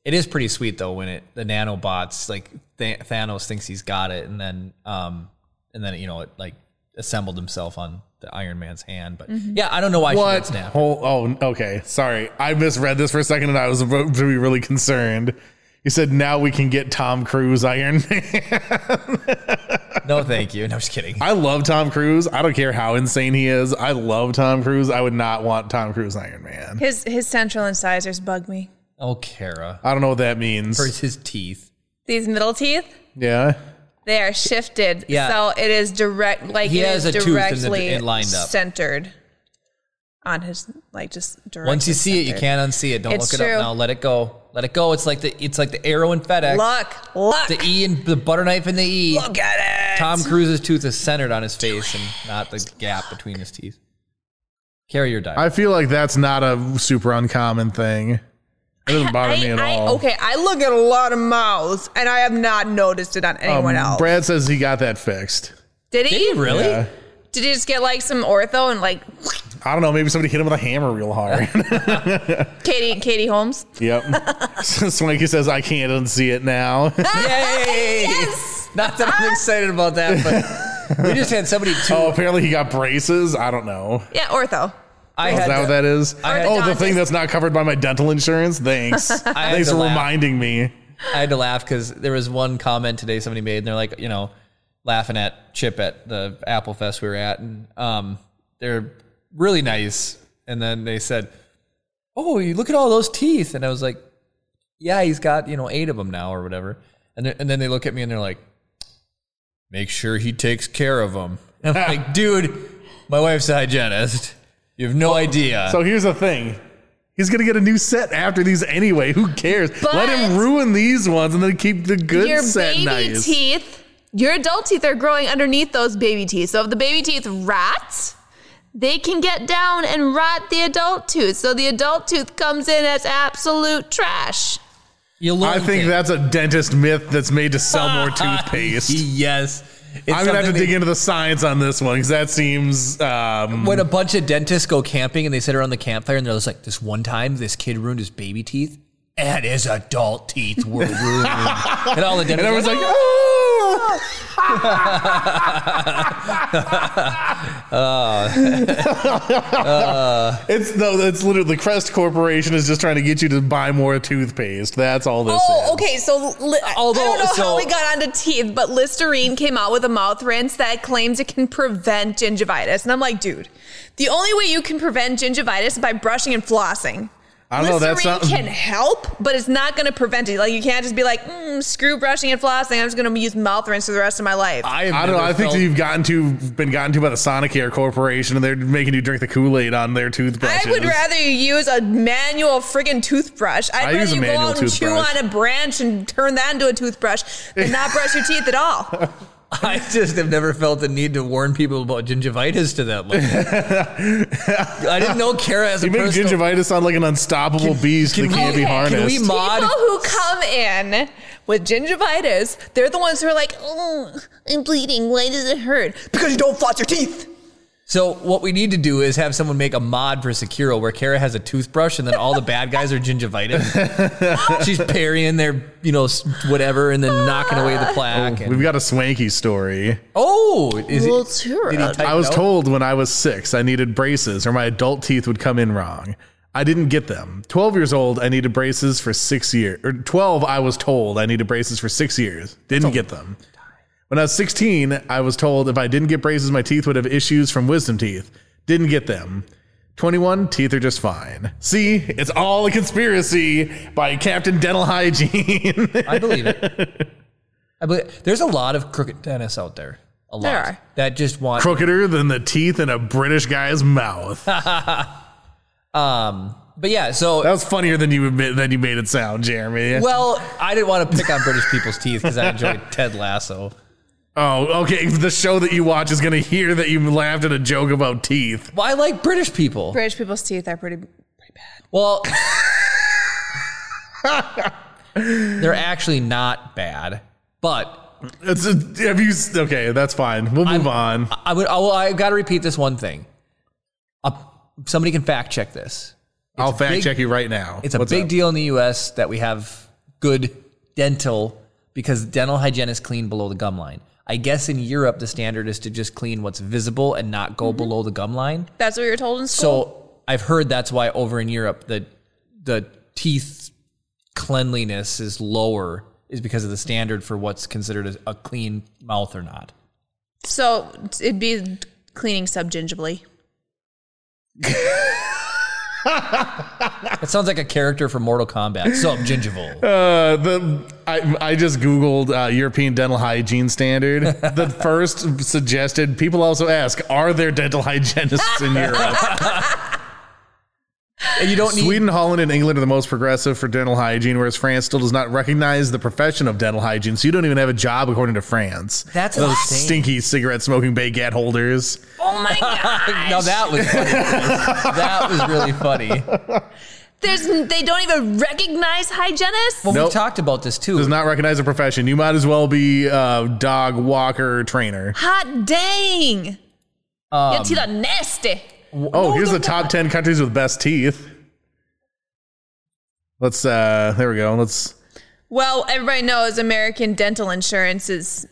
it is pretty sweet though when it the nanobots like Th- Thanos thinks he's got it, and then um and then you know it like assembled himself on the Iron Man's hand. But
Mm-hmm.
yeah, I don't know why
What?
she got snapped.
Hol- oh, okay. Sorry, I misread this for a second, and I was about to be really concerned. You He said, "Now we can get Tom Cruise Iron Man."
No, thank you. No, I'm just kidding.
I love Tom Cruise. I don't care how insane he is. I love Tom Cruise. I would not want Tom Cruise Iron Man.
His his central incisors bug me.
Oh, Kara.
I don't know what that means.
First, his teeth.
These middle teeth,
Yeah.
they are shifted.
Yeah.
So it is direct like
He
it
has
is
a tooth in the-
directly
it lined up.
centered on his like just directly.
Once you see it, you
centered.
can't unsee it. Don't
It's
look it
true.
up now. Let it go. Let it go. It's like the it's like the arrow in FedEx.
Look, look,
The E and the butter knife in the E.
look at it.
Tom Cruise's tooth is centered on his face and not the gap between his teeth. Carry your diet.
I feel like that's not a super uncommon thing. It doesn't bother me at
I,
all.
Okay, I look at a lot of mouths, and I have not noticed it on anyone else.
Um, Brad says he got that fixed.
did he?
Did he really?
Yeah.
Did he just get like some ortho and like
I don't know. Maybe somebody hit him with a hammer real hard.
Katie Katie Holmes?
yep. So Swanky says, "I can't unsee it now."
Yay!
Yes!
Not that I'm excited about that, but we just had somebody too.
Ah. oh, apparently he got braces. I don't know.
Yeah, ortho.
I
Is
had
that
to-
what that is?
had-
oh, the thing
Orthodontist.
that's not covered by my dental insurance. Thanks.
had
Thanks
to
for
laugh.
reminding me.
I had to laugh because there was one comment today somebody made, and they're like, you know, laughing at Chip at the Apple Fest we were at, and um, they're really nice. And then they said, "Oh, you look at all those teeth," and I was like, "Yeah, he's got you know eight of them now, or whatever." And then, and then they look at me and they're like, "Make sure he takes care of them." And I'm like, "Dude, my wife's a hygienist. You have no idea."
So here's the thing. He's gonna get a new set after these anyway. Who cares? Let him
But-
ruin these ones and then keep the good
Your
set
baby
nice.
teeth, your adult teeth are growing underneath those baby teeth. So if the baby teeth rot, they can get down and rot the adult tooth. So the adult tooth comes in as absolute trash.
you learn
I think
things.
that's a dentist myth that's made to sell more toothpaste.
yes. It's
I'm gonna have to
something they-
dig into the science on this one because that seems um,
when a bunch of dentists go camping and they sit around the campfire and they're just like, this one time this kid ruined his baby teeth and his adult teeth were ruined. and all the dentists
and
are
everyone's like,
like, "Oh,
oh, it's no, that's literally the Crest Corporation is just trying to get you to buy more toothpaste. That's all this is.
Oh, okay. So li- I
Although-
don't know
so-
how we got onto teeth, but Listerine came out with a mouth rinse that claims it can prevent gingivitis, and I'm like, dude, the only way you can prevent gingivitis is by brushing and flossing.
I don't know, that
Listerine
sound-
can help, but it's not going to prevent it. Like you can't just be like, mm, screw brushing and flossing. I'm just going to use mouth rinse for the rest of my
have
life.
"Oh, I don't know.
never
I think
felt-
you've gotten to been gotten to by the Sonicare Corporation, and they're making you drink the Kool Aid on their toothbrushes.
I would rather you use a manual friggin' toothbrush. I'd
I
rather
use a
you go
manual
out and chew
toothbrush.
on a branch and turn that into a toothbrush than not brush your teeth at all.
I just have never felt the need to warn people about gingivitis to that level. I didn't know Kara has
You
a
make
personal.
gingivitis sound like an unstoppable beast
we-
that can't be
okay, can
harnessed.
we mo- Bod.
People who come in with gingivitis, they're the ones who are like, oh, I'm bleeding. Why does it hurt? Because you don't floss your teeth.
so what we need to do is have someone make a mod for Sekiro where Kara has a toothbrush and then all the bad guys are gingivitis. She's parrying their, you know, s- whatever, and then knocking away the plaque. and-
We've got a swanky story.
Oh, is
Well,
it?
it's her.
did he type
I was
it out?
told when I was six I needed braces or my adult teeth would come in wrong. I didn't get them. 12 years old, I needed braces for six years. Or 12, I was told I needed braces for six years. Didn't get them. When I was 16, I was told if I didn't get braces, my teeth would have issues from wisdom teeth. Didn't get them. 21, teeth are just fine. See, it's all a conspiracy by Captain Dental Hygiene.
I believe it. I believe there's a lot of crooked dentists out there. A lot
There are.
that just want.
Crookeder than the teeth in a British guy's mouth. That
um, but yeah, so
was funnier than you admit, than you made it sound, Jeremy.
well, I didn't want to pick on British people's teeth because I enjoyed Ted Lasso.
Oh, okay. The show that you watch is going to hear that you laughed at a joke about teeth.
Well, I like British people.
British people's teeth are pretty.
Well, they're actually not bad, but
It's a, have you? Okay, that's fine. We'll move on.
I would. Oh, I got to repeat this one thing. Uh, somebody can fact check this.
I'll fact
big-
check you right now.
It's a
What's
big
up?
deal in the U.S. that we have good dental because dental hygiene is clean below the gum line. I guess in Europe the standard is to just clean what's visible and not go below the gum line.
That's what we were told in school.
So I've heard that's why over in Europe the the teeth cleanliness is lower is because of the standard for what's considered a, a clean mouth or not.
So it'd be cleaning subgingivally.
That sounds like a character from Mortal Kombat. So gingival.
Uh, the I, I just googled uh, European dental hygiene standard. The first suggested people also ask, are there dental hygienists in Europe?
You don't need
Sweden, Holland, and England are the most progressive for dental hygiene, whereas France still does not recognize the profession of dental hygiene. So you don't even have a job according to France.
That's
those
insane.
stinky cigarette smoking baguette holders.
Oh my god!
Now that was funny. that was really funny.
There's they don't even recognize hygienists.
Well,
Nope.
we talked about this too.
Does not recognize the profession. You might as well be a dog walker trainer.
Hot dang! Your teeth are nasty.
Oh, here's the top ten countries with best teeth. Let's uh there we go. Let's
Well, everybody knows American dental insurance is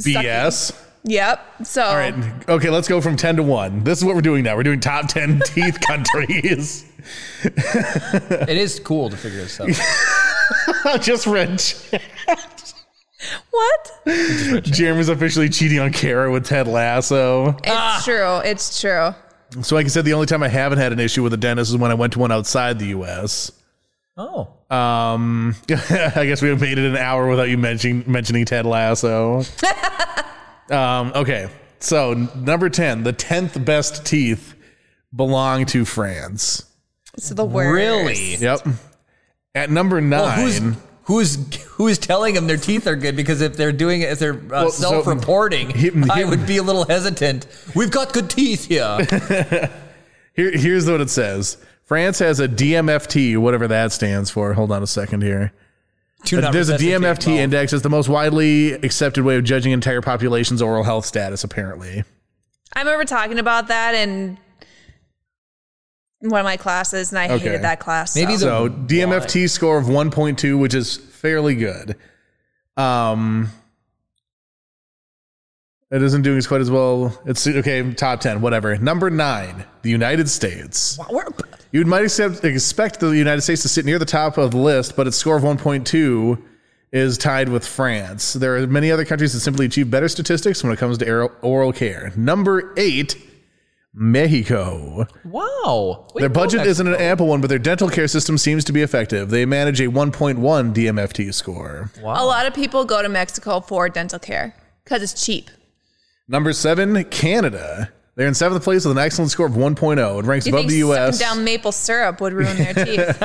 BS.
yep. So
All right. Okay, let's go from 10 to 1. This is what we're doing now. We're doing top 10 teeth countries.
it is cool to figure this out.
I just read J-
what? It's
Jeremy's officially cheating on Kara with Ted Lasso.
true. It's true.
So, like I said, the only time I haven't had an issue with a dentist is when I went to one outside the U.S.
Oh,
Um, I guess we have made it an hour without you mentioning mentioning Ted Lasso. um, okay, so n- number ten, the tenth best teeth belong to France.
It's the worst.
really?
Yep. At number nine,
Who's who's who's telling them their teeth are good? Because if they're doing it, if they're uh,
so-
self-reporting,
Him-
I
him-
would be a little hesitant. We've got good teeth here.
Here, here's what it says. France has a DMFT, whatever that stands for. Hold on a second here.
Do not
There's a
resuscitate mouth.
DMFT index. It's the most widely accepted way of judging entire population's oral health status, apparently.
I remember talking about that in one of my classes, and I
Okay.
hated that class.
Maybe
so.
the-
So DMFT score of 1.2, which is fairly good. Um, it isn't doing as quite as well. It's okay. Top ten, whatever. Number nine, the United States. You might accept, expect the United States to sit near the top of the list, but its score of 1.2 is tied with France. There are many other countries that simply achieve better statistics when it comes to oral- oral care. Number eight, Mexico.
Wow, Way
Their
to go,
budget
Mexico.
isn't an ample one, but their dental care system seems to be effective. They manage a 1.1 DMFT score.
a lot of people go to Mexico for dental care because it's cheap.
Number seven, Canada. They're in seventh place with an excellent score of 1.0. It ranks
You
above
think
the U.S.
sucking down maple syrup would ruin their teeth?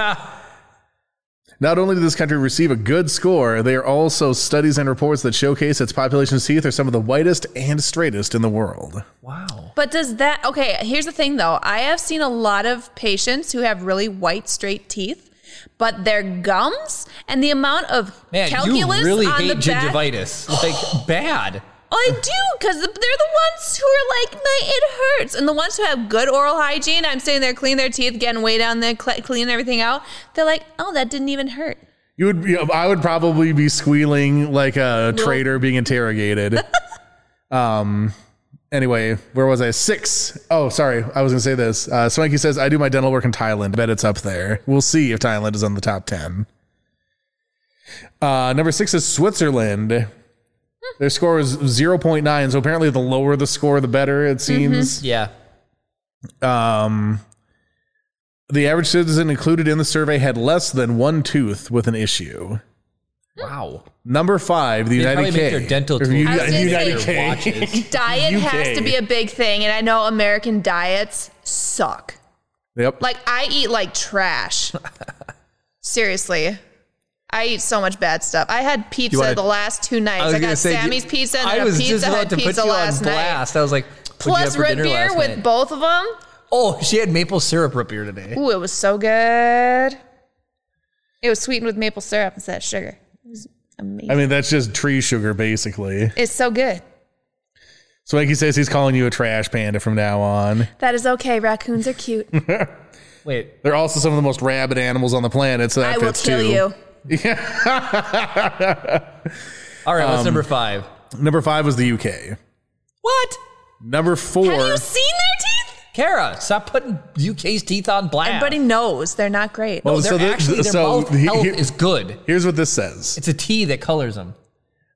Not only did this country receive a good score, there are also studies and reports that showcase its population's teeth are some of the whitest and straightest in the world.
Wow,
but does that? Okay, here's the thing though. I have seen a lot of patients who have really white, straight teeth, but their gums and the amount of
man,
calculus
you really
on
hate
the back.
gingivitis, like bad.
I do because they're the ones who are like, "My it hurts," and the ones who have good oral hygiene. I'm sitting there cleaning their teeth, getting way down there, cl- cleaning everything out. They're like, "Oh, that didn't even hurt."
You would, you know, I would probably be squealing like a traitor being interrogated. um. Anyway, where was I? Six. Oh, sorry. I was gonna say this. Uh, Swanky says I do my dental work in Thailand. Bet it's up there. We'll see if Thailand is on the top ten. Uh, number six is Switzerland. Their score is zero point nine. So apparently, the lower the score, the better it seems.
Yeah,
Um, the average citizen included in the survey had less than one tooth with an issue.
wow.
Number five, the
They
United
probably
K.
make their dental
Or
tools
Uni-
I was gonna
United
say-
K.
watches.
Diet
UK.
has to be a big thing, and I know American diets suck.
Yep.
Like I eat like trash. Seriously. I eat so much bad stuff. I had pizza
wanna-
the last two nights. I, got Sammy's pizza and
I
then
was
a
just
pizza
about
Hut
to put
pizza
you on
last night.
blast. I was like, what'd you have
Plus
for
root
dinner
beer
last
with
night?
both of them.
Oh, she had maple syrup root beer today.
Ooh, it was so good. It was sweetened with maple syrup instead of sugar. It was amazing.
I mean, that's just tree sugar, basically.
it's so good.
Swanky says he's calling you a trash panda from now on.
That is okay. Raccoons are cute.
Wait,
They're also some of the most rabid animals on the planet, so that
I will
fits
kill
too.
you.
all right,
Um,
what's number five?
Number five was the UK.
What?
Number
Have
four,
you seen their teeth?
Kara, stop putting UK's teeth on blast.
Everybody knows they're not great.
Well,
no, they're
Oh, so the-
actually, their
so
mouth
he-
health
he-
is good.
Here's what this says.
It's a tea that colors them.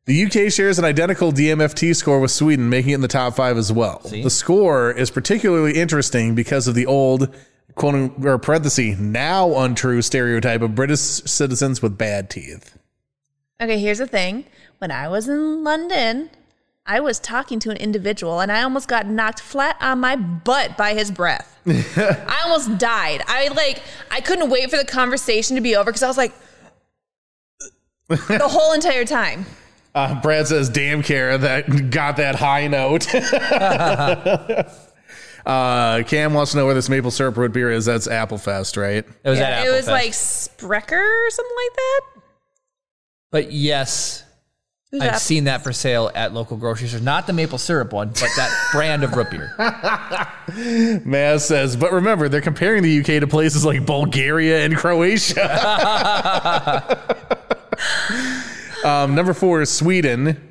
The UK shares an identical DMFT score with Sweden, making it in the top five as well. The score is particularly interesting because of the old, quote or parenthesis, now untrue stereotype of British citizens with bad teeth.
Okay, here's the thing. When I was in London, I was talking to an individual and I almost got knocked flat on my butt by his breath. I almost died. I like I couldn't wait for the conversation to be over cuz I was like the whole entire time.
Uh, Brad says, "Damn, Kara, that got that high note." uh, Cam wants to know where this maple syrup root beer is. That's Applefest, right?
It was at
it was
Applefest.
like Sprecher or something like that.
but yes,
It was
I've
App-
seen that for sale at local grocery stores. Not the maple syrup one, but that brand of root beer.
Maz says, "But remember, they're comparing the UK to places like Bulgaria and Croatia." um, number four is Sweden.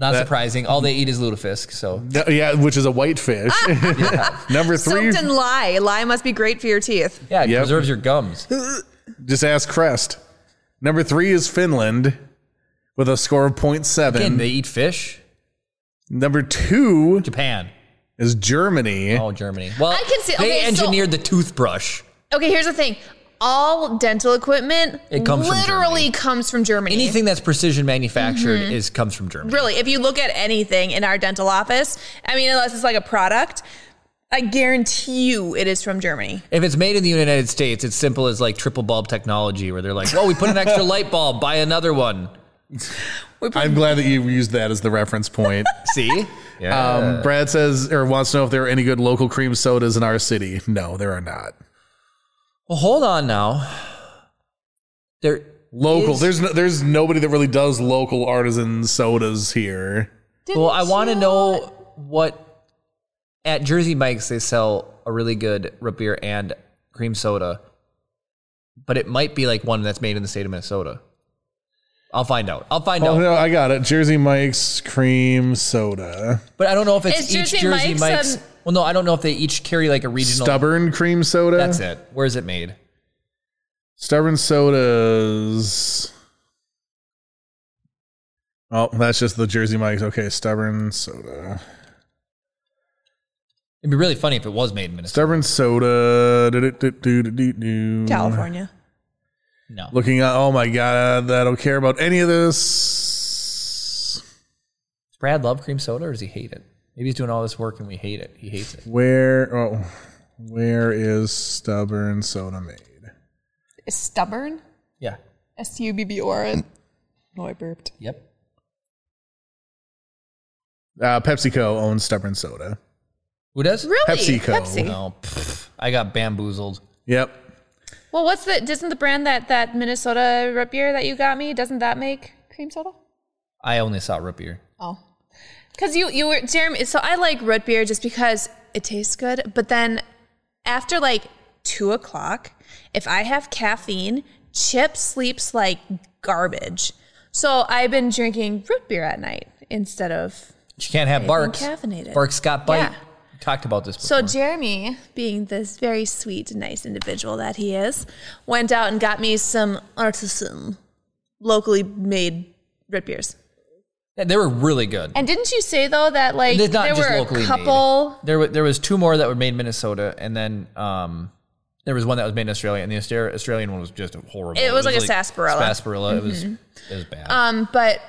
Not surprising. All they eat is lutefisk. So
No, yeah, which is a white fish. Number three,
soaked in lye. Lye must be great for your teeth.
yeah, it
Yep.
preserves your gums.
just ask Crest. Number three is Finland with a score of 0.7.
Again, they eat fish.
Number two
Japan.
is Germany.
Oh, Germany. Well,
I can see-
they
okay, so-
engineered the toothbrush.
Okay, here's the thing. All dental equipment
It comes from
literally comes from Germany.
Anything that's precision manufactured
Mm-hmm.
is comes from Germany.
really, if you look at anything in our dental office, I mean, unless it's like a product, I guarantee you it is from Germany.
If it's made in the United States, it's simple as like triple bulb technology, where they're like, "Well, we put an extra light bulb, buy another one."
I'm glad that you used that as the reference point.
See, yeah,
Um, Brad says or wants to know if there are any good local cream sodas in our city. No, there are not.
Well, hold on now. There,
Local.
Is-
there's no, there's nobody that really does local artisan sodas here.
well, I want to know what at Jersey Mike's they sell a really good root beer and cream soda, but it might be like one that's made in the state of Minnesota. I'll find out. I'll find
Oh
out.
no, I got it. Jersey Mike's cream soda.
But I don't know if it's
Is
each
Jersey
Jersey,
Mike's,
Mike's.
um,
well, no, I don't know if they each carry like a regional.
Stubborn cream soda.
That's it. Where is it made?
Stubborn sodas. Oh, that's just the Jersey Mike's. Okay, stubborn soda.
It'd be really funny if it was made in Minnesota.
Stubborn soda. Do-do-do-do-do-do.
California.
No.
Looking at, oh my God, I don't care about any of this.
Does Brad love cream soda or does he hate it? Maybe he's doing all this work and we hate it. He hates it.
Where, oh, where is stubborn soda made?
Is stubborn?
Yeah.
S U B B O R
Mm.
N. No, I burped.
Yep.
Uh, PepsiCo owns stubborn soda.
Who does?
Really?
PepsiCo.
Pepsi.
No. pff, I got bamboozled.
Yep.
Well, what's the? Doesn't the brand that that Minnesota root beer that you got me? Doesn't that make cream soda?
I only saw root beer.
Oh, because you you were Jeremy. So I like root beer just because it tastes good. But then after like two o'clock, if I have caffeine, Chip sleeps like garbage. So I've been drinking root beer at night instead of.
She can't have Barks.
caffeinated.
Barks got bite.
Yeah.
Talked about this
So
before.
Jeremy, being this very sweet, nice individual that he is, went out and got me some artisan, locally made root beers.
Yeah, they were really good.
And didn't you say though that like
It's not
there
just
were
locally made.
a couple?
There, wa- there was two more that were made in Minnesota, and then um, there was one that was made in Australia, and the Austra- Australian one was just horrible.
It was like a sarsaparilla.
Sarsaparilla. It was it was bad.
Um, but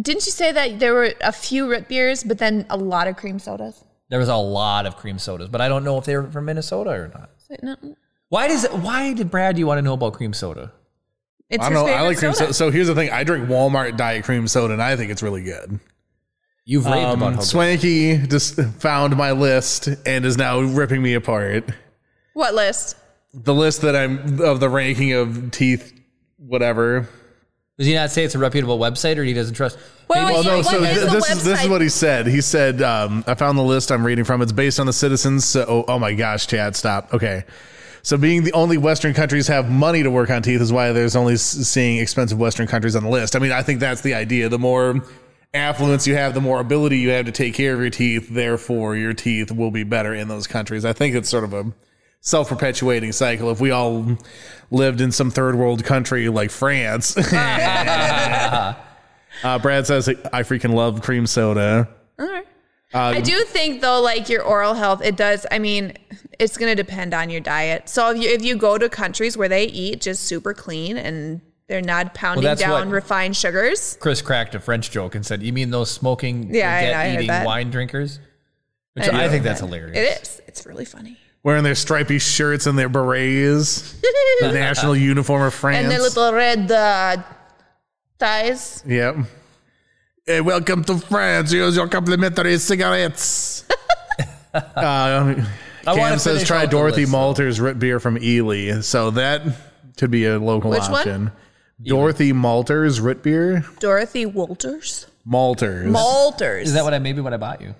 didn't you say that there were a few root beers, but then a lot of cream sodas?
there was a lot of cream sodas, but I don't know if they were from Minnesota or not.
It's like, no, mm.
Why does why did Brad? Do you want to know about cream soda?
It's
I
his
don't know. I
favorite
like cream soda.
soda.
So here's the thing I drink Walmart diet cream soda, and I think it's really good.
You've raved about
Um,
how
Swanky just found my list and is now ripping me apart.
What list?
The list that I'm of the ranking of teeth, whatever.
does he not say it's a reputable website, or he doesn't trust?
Wait, wait,
Maybe-
wait,
No,
What
so
is
th-
the
this, is, this is
website?
what he said. He said, um, "I found the list I'm reading from. It's based on the citizens." So, oh, oh my gosh, Chad, stop. Okay, so being the only Western countries have money to work on teeth is why there's only s- seeing expensive Western countries on the list. I mean, I think that's the idea. The more affluence you have, the more ability you have to take care of your teeth. Therefore, your teeth will be better in those countries. I think it's sort of a self perpetuating cycle. If we all lived in some third world country like France,
Ah.
uh, Brad says, I freaking love cream soda. Um,
I do think though, like your oral health, it does. I mean, it's going to depend on your diet. So if you, if you go to countries where they eat just super clean and they're not pounding
that's
down
what-
refined sugars,
Chris cracked a French joke and said, "You mean those smoking,
Yeah, I
baguette
know, I heard
eating
that.
wine drinkers?" Which
I
I,
know
think that's hilarious.
it is. It's really funny.
Wearing their stripy shirts and their berets, the national uniform of France.
and the little red uh, thighs.
Yep. Hey, welcome to France. Here's your complimentary cigarettes. uh,
I wanna
Cam says
finish
try
out the
Dorothy
list, though.
Malters root beer from Ely. So that could be a local
Which one?
option. Dorothy Malters root beer.
Dorothy Walters.
Malters.
Walters.
Is that what I maybe what I bought you?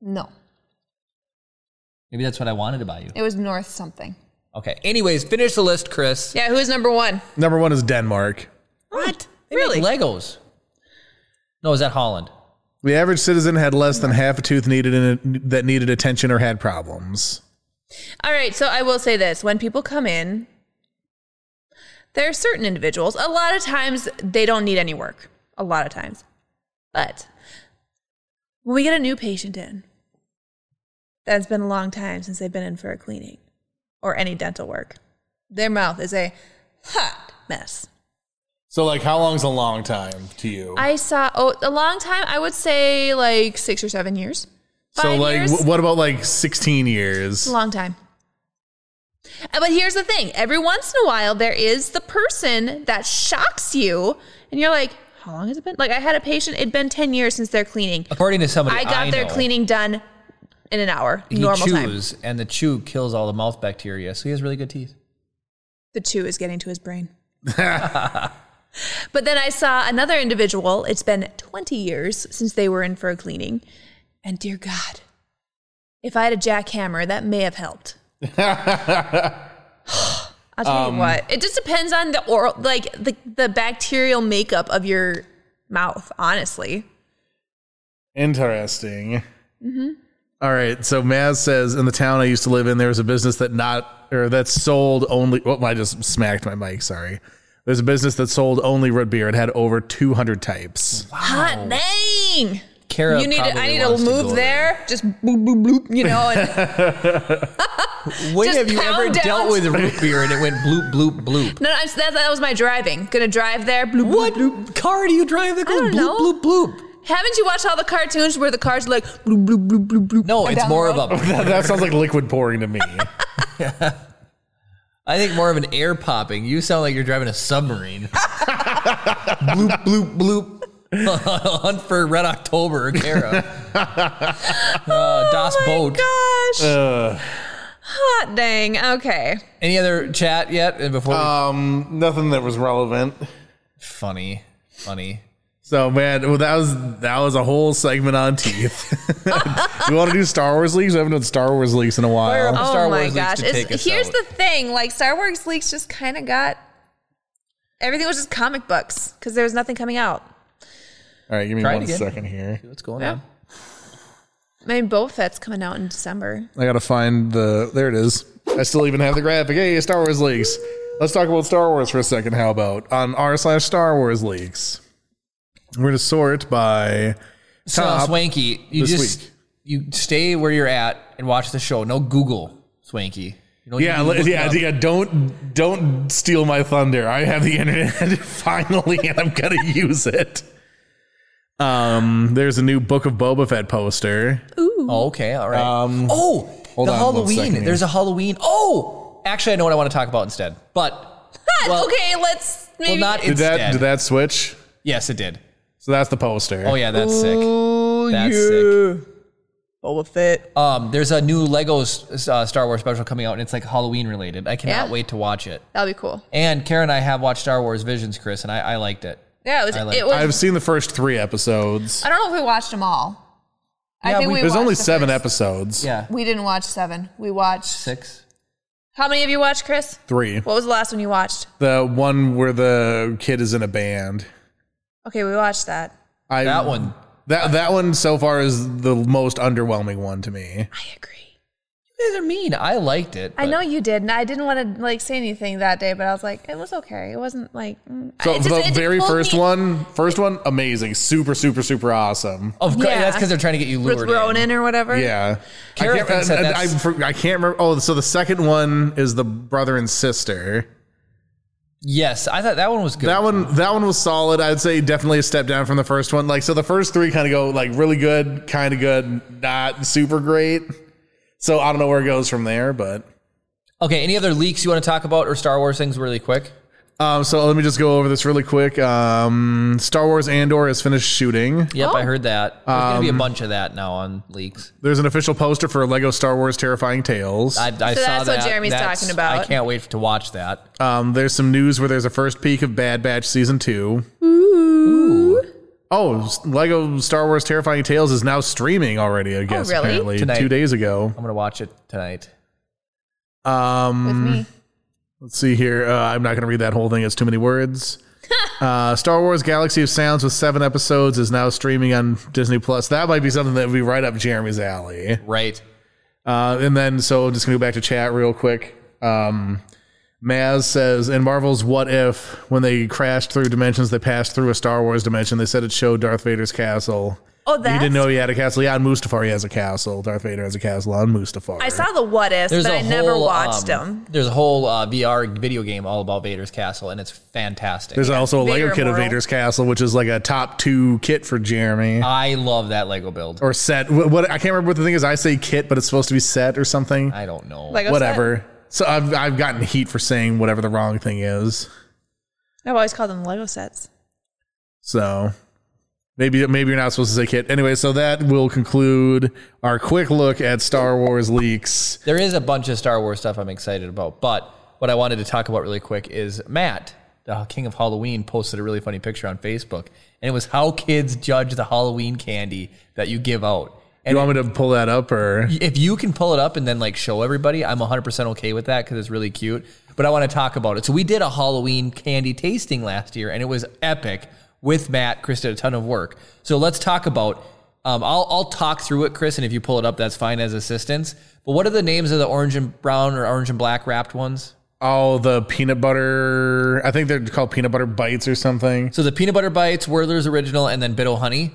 No,
Maybe that's what I wanted to buy you.
it was North something.
Okay. Anyways, finish the list, Chris.
Yeah, who's number one?
Number one is Denmark.
What?
They make
Really?
Legos. No, is that Holland?
The average citizen had less than half a tooth needed in that needed attention or had problems.
All right, so I will say this when people come in, there are certain individuals, a lot of times they don't need any work, a lot of times. But when we get a new patient in, that's been a long time since they've been in for a cleaning or any dental work, their mouth is a hot mess.
So, like, how long's a long time to you?
I saw, oh, a long time, I would say like six or seven years.
so,
Five
like,
years?
wh- what about like 16 years?
It's a long time. Uh, But here's the thing every once in a while, there is the person that shocks you, and you're like, How long has it been? Like, I had a patient, it'd been 10 years since their cleaning.
According to somebody,
I got their
Oh, know,
cleaning done in an hour,
He
normal time.
chews, and the chew kills all the mouth bacteria, so he has really good teeth.
The chew is getting to his brain. but then I saw another individual, it's been 20 years since they were in for a cleaning, and dear God, if I had a jackhammer, that may have helped. I'll tell
Um,
you what. It just depends on the oral, like the, the bacterial makeup of your mouth, honestly.
Interesting. Mm-hmm. All right. So Maz says in the town I used to live in, there was a business that not or that sold only. Oh, I just smacked my mic. Sorry. There's a business that sold only root beer. It had over 200 types.
Hot dang!
Kara,
you need. To,
probably
I need to
wants to
move
go
there. Just bloop bloop bloop. You know, and
When
Just
have you ever
pound out.
dealt with root beer and it went bloop bloop bloop?
no, no, I'm, that, that was my driving. Gonna drive there. Bloop, bloop,
What
bloop.
car do you drive that goes
don't know.
bloop bloop bloop?
Haven't you watched all the cartoons where the cars like bloop bloop bloop bloop bloop?
No,
and
it's
down the
more of
road?
a.
That, that sounds like liquid pouring to me.
I think more of an air popping. You sound like you're driving a submarine. bloop bloop bloop. Hunt for Red October, Kara. uh, das
Oh
Boot.
Gosh.
Uh,
Ugh.
Hot dang. Okay.
Any other chat yet? And before we-
um, nothing that was relevant.
funny, funny.
So man, well, that was that was a whole segment on teeth. you want to do Star Wars leaks? I haven't done Star Wars leaks in a
Fire
while.
up
Oh
Star
my
Wars leaks
gosh.
to
It's-
take us
here's
out.
the thing. Like Star Wars leaks just kind of got everything was just comic books because there was nothing coming out.
All right, give me
Try it
one
again.
second here.
What's going
Yeah.
on?
I mean, Boba Fett's coming out in December.
I gotta find the. There it is. I still even have the graphic. Hey, Star Wars leaks. Let's talk about Star Wars for a second. How about on r slash Star Wars leaks? We're gonna sort by
So
top.
Swanky, you
this
just
week.
you stay where you're at and watch the show. No Google, Swanky. You don't need
yeah,
to
li-
look it
yeah,
up.
yeah. Don't don't steal my thunder. I have the internet finally, and I'm gonna use it. Um, there's a new Book of Boba Fett poster.
Oh, okay, all right. oh, the
Um, on one second
Halloween.
here.
There's a Halloween. Oh, actually, I know what I want to talk about instead. But Well-
okay, let's
well,
maybe.
not
Did
instead.
that did that switch?
Yes, it did.
So that's the poster.
Oh yeah, that's sick. That's
yeah.
Boba Fett.
Um, there's a new Lego s- uh, Star Wars special coming out, and it's like Halloween related. I cannot
Yeah.
wait to watch it.
That'll be cool.
And Karen and I have watched Star Wars Visions, Chris, and I, I liked it.
Yeah, it was.
I
I,
like-
it was
I've seen the first three episodes.
I don't know if we watched them all. I
Yeah,
think
we-
we,
There's
watched
only
the
seven
first-
episodes.
Yeah,
We didn't watch seven. We watched
six.
How many of you watched, Chris?
Three.
What was the last one you watched?
The one where the kid is in a band.
Okay, we watched that.
I
That one.
That that one so far is the most underwhelming one to me.
I agree.
You guys are mean. I liked it.
I
but-
know you did, and I didn't want to like say anything that day, but I was like, it was okay. It wasn't like mm.
So
It just-
the
it
very
pulled
first
me-
one, first one, amazing, super, super, super awesome.
Of course,
Yeah.
that's because they're trying to get you
with
lured. in.
Ronan or whatever.
Yeah,
Kara
I can't,
thinks that
I- I-
that's-
I for- I can't remember. Oh, so the second one is the brother and sister.
Yes, I thought that one was good.
That one, that one was solid. I'd say definitely a step down from the first one. Like so, the first three kind of go like really good, kind of good, not super great. So I don't know where it goes from there, but
okay, any other leaks you want to talk about or Star Wars things really quick?
um, so let me just go over this really quick. Um, Star Wars Andor has finished shooting.
Yep,
Oh.
I heard that. There's going to be a bunch of that now on leaks.
There's an official poster for Lego Star Wars Terrifying Tales.
I, I
So
saw
that's what
that.
Jeremy's talking about.
I can't wait to watch that.
Um, there's some news where there's a first peek of Bad Batch season two. Oh, s- Lego Star Wars Terrifying Tales is now streaming already. I guess
really?
apparently
Tonight.
two days ago.
I'm going to watch it tonight.
Um,
with me.
Let's see here. Uh, I'm not going to read that whole thing. It's too many words. uh, Star Wars Galaxy of Sounds with seven episodes is now streaming on Disney Plus. That might be something that would be right up Jeremy's alley.
Right.
Uh, and then, so just going to go back to chat real quick. Um, Maz says, in Marvel's What If, when they crashed through dimensions, they passed through a Star Wars dimension. They said it showed Darth Vader's castle.
Oh,
You
that's-
didn't know he had a castle. Yeah, on Mustafar he has a castle. Darth Vader has a castle on Mustafar.
I saw the what ifs,
There's
but
a
I never
whole,
watched
um,
them.
There's a whole uh, VR video game all about Vader's castle, and it's fantastic.
There's also a
Vader
Lego kit of
Immortal.
Vader's castle, which is like a top two kit for Jeremy.
I love that Lego build.
or set. What, what I can't remember what the thing is. I say kit, but it's supposed to be set or something.
I don't know.
Like
whatever. So I've I've gotten heat for saying whatever the wrong thing is.
I've always called them Lego sets.
So maybe maybe you're not supposed to say kit. Anyway, so that will conclude our quick look at Star Wars leaks.
there is a bunch of Star Wars stuff I'm excited about, but what I wanted to talk about really quick is Matt, the King of Halloween, posted a really funny picture on Facebook, and it was how kids judge the Halloween candy that you give out.
You
And
want me to pull that up or?
if you can pull it up and then like show everybody, I'm 100% okay with that because it's really cute. But I want to talk about it. So we did a Halloween candy tasting last year, and it was epic with Matt. Chris did a ton of work. So let's talk about. Um, I'll I'll talk through it, Chris, and if you pull it up, that's fine as assistance. But what are the names of the orange and brown or orange and black wrapped ones?
Oh, the peanut butter. I think they're called peanut butter bites or something.
So the peanut butter bites, Werther's original, and then Bitto honey.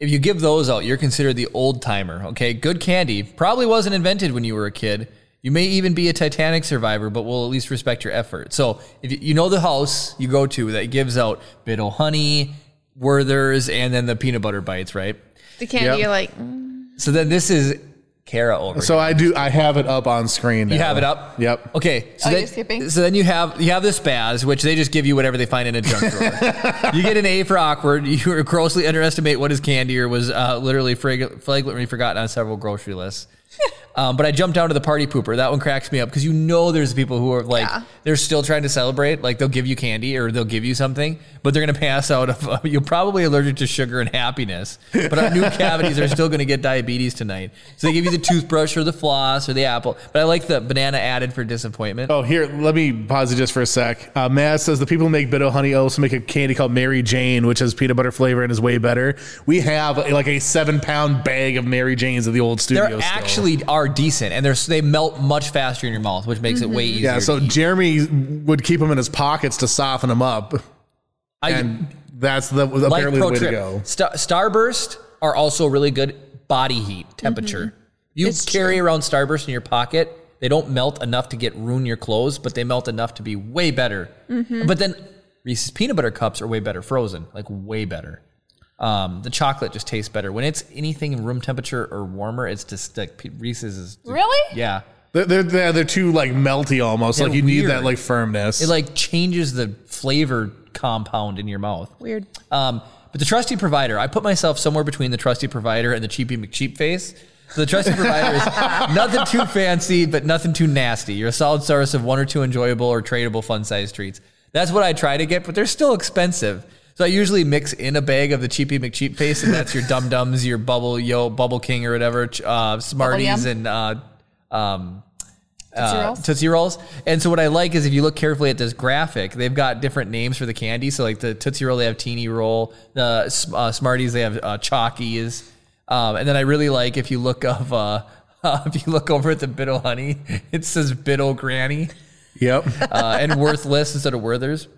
If you give those out, you're considered the old timer. Okay, good candy probably wasn't invented when you were a kid. You may even be a Titanic survivor, but we'll at least respect your effort. So if you- you know the house you go to that gives out Bitto honey, Werther's, and then the peanut butter bites, right?
The candy,
Yep.
you're like,
So then this is Kara over.
So I do. I have it up on screen.
You
now.
have it up.
Yep.
Okay. So
Oh,
then,
you're skipping?
So then you have you have the spaz, which they just give you whatever they find in a junk drawer. you get an A for awkward. You grossly underestimate what is candy or was uh, literally frag- flagrantly forgotten on several grocery lists. Um, but I jumped down to the party pooper. That one cracks me up because you know there's people who are like
Yeah.
they're still trying to celebrate. Like they'll give you candy or they'll give you something, but they're gonna pass out. Of you're probably allergic to sugar and happiness, but our new cavities are still gonna get diabetes tonight. So they give you the toothbrush or the floss or the apple. But I like the banana added for disappointment.
Oh, here, let me pause it just for a sec. Uh, Maz says the people who make Bitto Honey also make a candy called Mary Jane, which has peanut butter flavor and is way better. We have uh, like a seven pound bag of Mary Janes at the old studio.
They
still.
actually are decent, and they're they melt much faster in your mouth, which makes it way easier.
Yeah, so
to eat.
Jeremy would keep them in his pockets to soften them up.
I-
And that's the was
like
apparently the
Pro
way
Trip.
to go.
Star- Starburst are also really good body heat temperature. You
It's
carry around Starburst in your pocket. They don't melt enough to get ruin your clothes, but they melt enough to be way better. But then Reese's peanut butter cups are way better frozen, like way better. Um, the chocolate just tastes better when it's anything room temperature or warmer. It's just like Pe- Reese's is
Really?
yeah.
They're, they're, they're, they're too like melty almost.
They're
like you need that
weird.
like firmness.
It like changes the flavor compound in your mouth.
weird.
Um, but the trusty provider, I put myself somewhere between the trusty provider and the cheapy McCheap face. So the trusty provider is nothing too fancy, but nothing too nasty. You're a solid source of one or two enjoyable or tradable fun-sized treats. That's what I try to get, but they're still expensive. So I usually mix in a bag of the cheapy McCheap face, and that's your Dum Dums, your Bubble Yo, Bubble King, or whatever, ch- uh, Smarties,
Yum.
and uh, um,
Tootsie
uh,
Rolls?
Tootsie Rolls. And so what I like is if you look carefully at this graphic, they've got different names for the candy. So like the Tootsie Roll, they have Teeny Roll. The S- uh, Smarties, they have uh, Chalkies. Um, and then I really like if you look of uh, if you look over at the Biddle Honey, it says Biddle Granny
Yep.
uh, and Worthless instead of Werthers.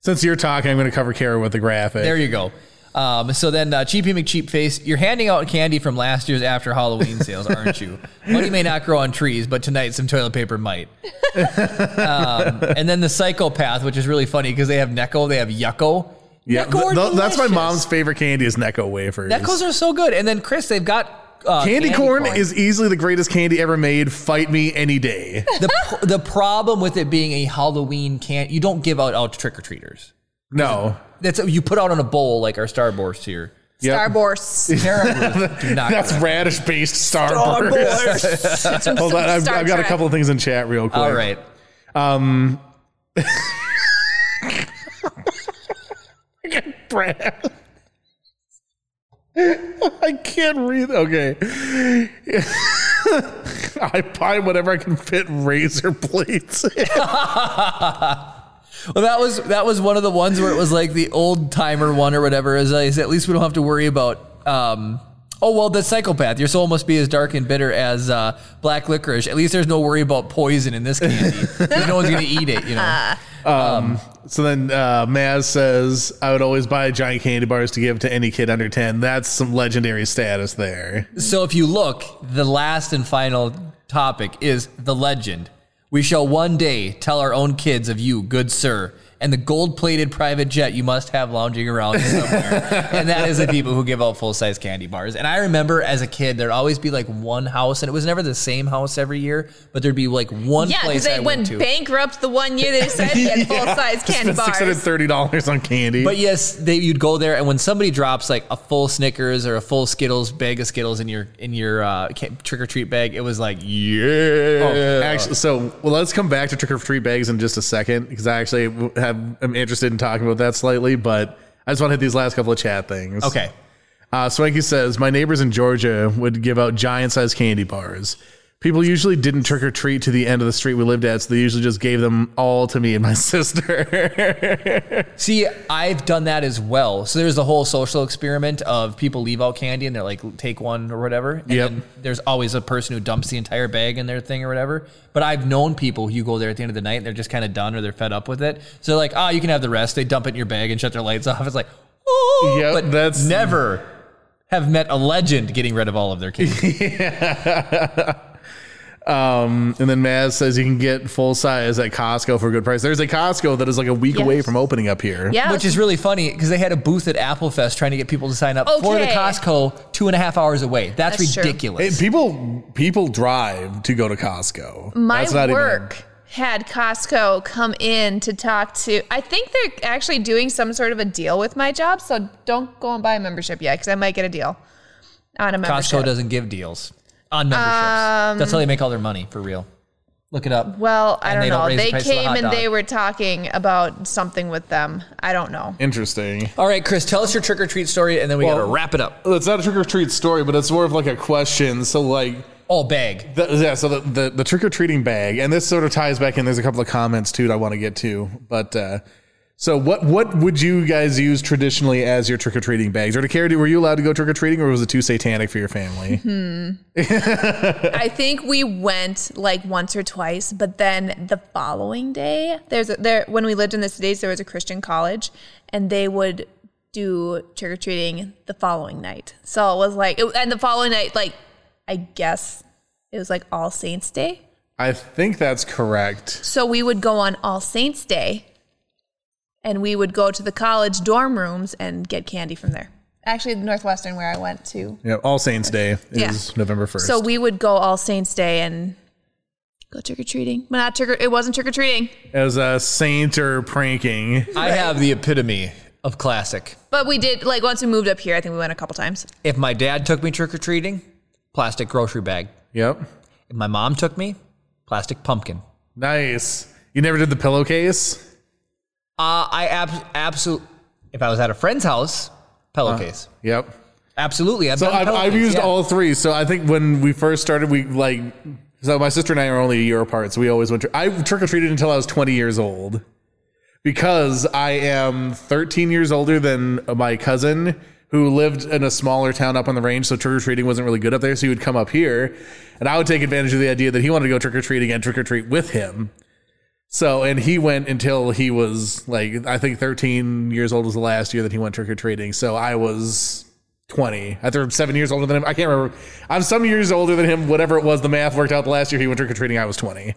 Since you're talking, I'm going to cover Kara with the graphic.
There you go. Um, so then, uh, Cheapy McCheapface, you're handing out candy from last year's after Halloween sales, aren't you? Money may not grow on trees, but tonight some toilet paper might. um, and then the psychopath, which is really funny because they have Necco, they have Yucco.
yeah,
Necco are
th- th- that's my
delicious.
mom's favorite candy is Necco wafers.
Neccos are so good. And then Chris, they've got uh,
candy, corn, is easily the greatest candy ever made. Fight me any day.
the pro- the problem with it being a Halloween can. You don't give out out trick or treaters.
No.
That's you put out on a bowl like our Starburst here.
Yep.
Starburst.
Terrible. Do not.
That's radish based Starburst. Hold on, I've,
Star
I've got a
Trek.
couple of things in chat real quick.
All right.
Brad. I can't read. Okay. I buy whatever I can fit razor blades. in.
Well, that was that was one of the ones where it was like the old timer one or whatever. Is I said, at least we don't have to worry about. Um, oh well, the psychopath. Your soul must be as dark and bitter as uh, black licorice. At least there's no worry about poison in this candy. 'Cause no one's gonna eat it. You know.
so then uh, Maz says, I would always buy giant candy bars to give to any kid under 10. That's some legendary status there.
So if you look, the last and final topic is the legend. We shall one day tell our own kids of you, good sir, and the gold-plated private jet you must have lounging around somewhere. and that is the people who give out full-size candy bars. And I remember as a kid, there'd always be like one house, and it was never the same house every year, but there'd be like one
Yeah, because
place
they
I
went
went to.
bankrupt the one year they decided they had full size
Just
candy
spent
bars.
$630 on candy.
But yes, they, you'd go there, and when somebody drops like a full Snickers or a full Skittles bag of Skittles in your in your uh, trick or treat bag, it was like yeah.
Oh, actually, so well, let's come back to trick or treat bags in just a second because I actually w- have am interested in talking about that slightly, but I just want to hit these last couple of chat things.
Okay.
Uh, Swanky says my neighbors in Georgia would give out giant sized candy bars. People usually didn't trick or treat to the end of the street we lived at, so they usually just gave them all to me and my sister.
See, I've done that as well. So there's the whole social experiment of people leave out candy and they're like, take one or whatever. And
Yep.
then there's always a person who dumps the entire bag in their thing or whatever. But I've known people who go there at the end of the night and they're just kind of done or they're fed up with it. So they're like, ah, you can have the rest. They dump it in your bag and shut their lights off. It's like, oh,
Yep,
but
that's-
never have met a legend getting rid of all of their candy.
um, and then Maz says you can get full size at Costco for a good price. There's a Costco that is like a week
Yes.
away from opening up here.
Yeah.
Which is really funny because they had a booth at Apple Fest trying to get people to sign up for the
Okay.
Costco two and a half hours away. That's,
That's true.
ridiculous.
Hey, people people drive to go to Costco.
my
That's not even-
work had Costco come in to talk to. I think they're actually doing some sort of a deal with my job, so don't go and buy a membership yet because I might get a deal on a membership.
Costco doesn't give deals on memberships. That's how they make all their money for real. Look it up.
Well, I
And
don't
they don't
know.
raise the
They
price of the
came
hot
and they
dog.
were talking about something with them. I don't know.
Interesting.
all right, Chris, tell us your trick or treat story, and then we gotta
Well-
wrap it up.
Well, It's not a trick or treat story, but it's more of like a question. So like.
Oh, bag.
The, yeah, so the, the, the trick or treating bag, and this sort of ties back in. There's a couple of comments too that I want to get to, but uh, so what what would you guys use traditionally as your trick or treating bags? Or to Carrie, were you allowed to go trick or treating, or was it too satanic for your family?
Mm-hmm. I think we went like once or twice, but then the following day, there's a, there when we lived in the cities, there was a Christian college, and they would do trick or treating the following night. So it was like, it, and the following night, like I guess it was like All Saints Day.
I think that's correct.
So we would go on All Saints Day, and we would go to the college dorm rooms and get candy from there. Actually, Northwestern, where I went to.
Yeah, All Saints Day
Yeah.
is November first.
So we would go All Saints Day and go trick or treating. But not trick or, it wasn't trick or treating.
as a saint or pranking.
I have the epitome of classic.
But we did like once we moved up here, I think we went a couple times.
If my dad took me trick or treating, plastic grocery bag.
Yep,
If my mom took me, plastic pumpkin.
nice. You never did the pillowcase.
Uh, I ab- absolutely. If I was at a friend's house, pillowcase.
Yep.
absolutely. Uh-huh. I've
So
done
I've, I've
pillowcase,
used
yeah.
all three. So I think when we first started, we like So my sister and I are only a year apart, so we always went. Tr- I trick or treated until I was 20 years old, because I am 13 years older than my cousin who lived in a smaller town up on the range. So trick or treating wasn't really good up there. So he would come up here, and I would take advantage of the idea that he wanted to go trick or treating and trick or treat with him. So and he went until he was like I think 13 years old was the last year that he went trick or treating. So I was 20. I think I'm seven years older than him. I can't remember. I'm some years older than him. Whatever it was, the math worked out. The last year he went trick or treating, I was 20.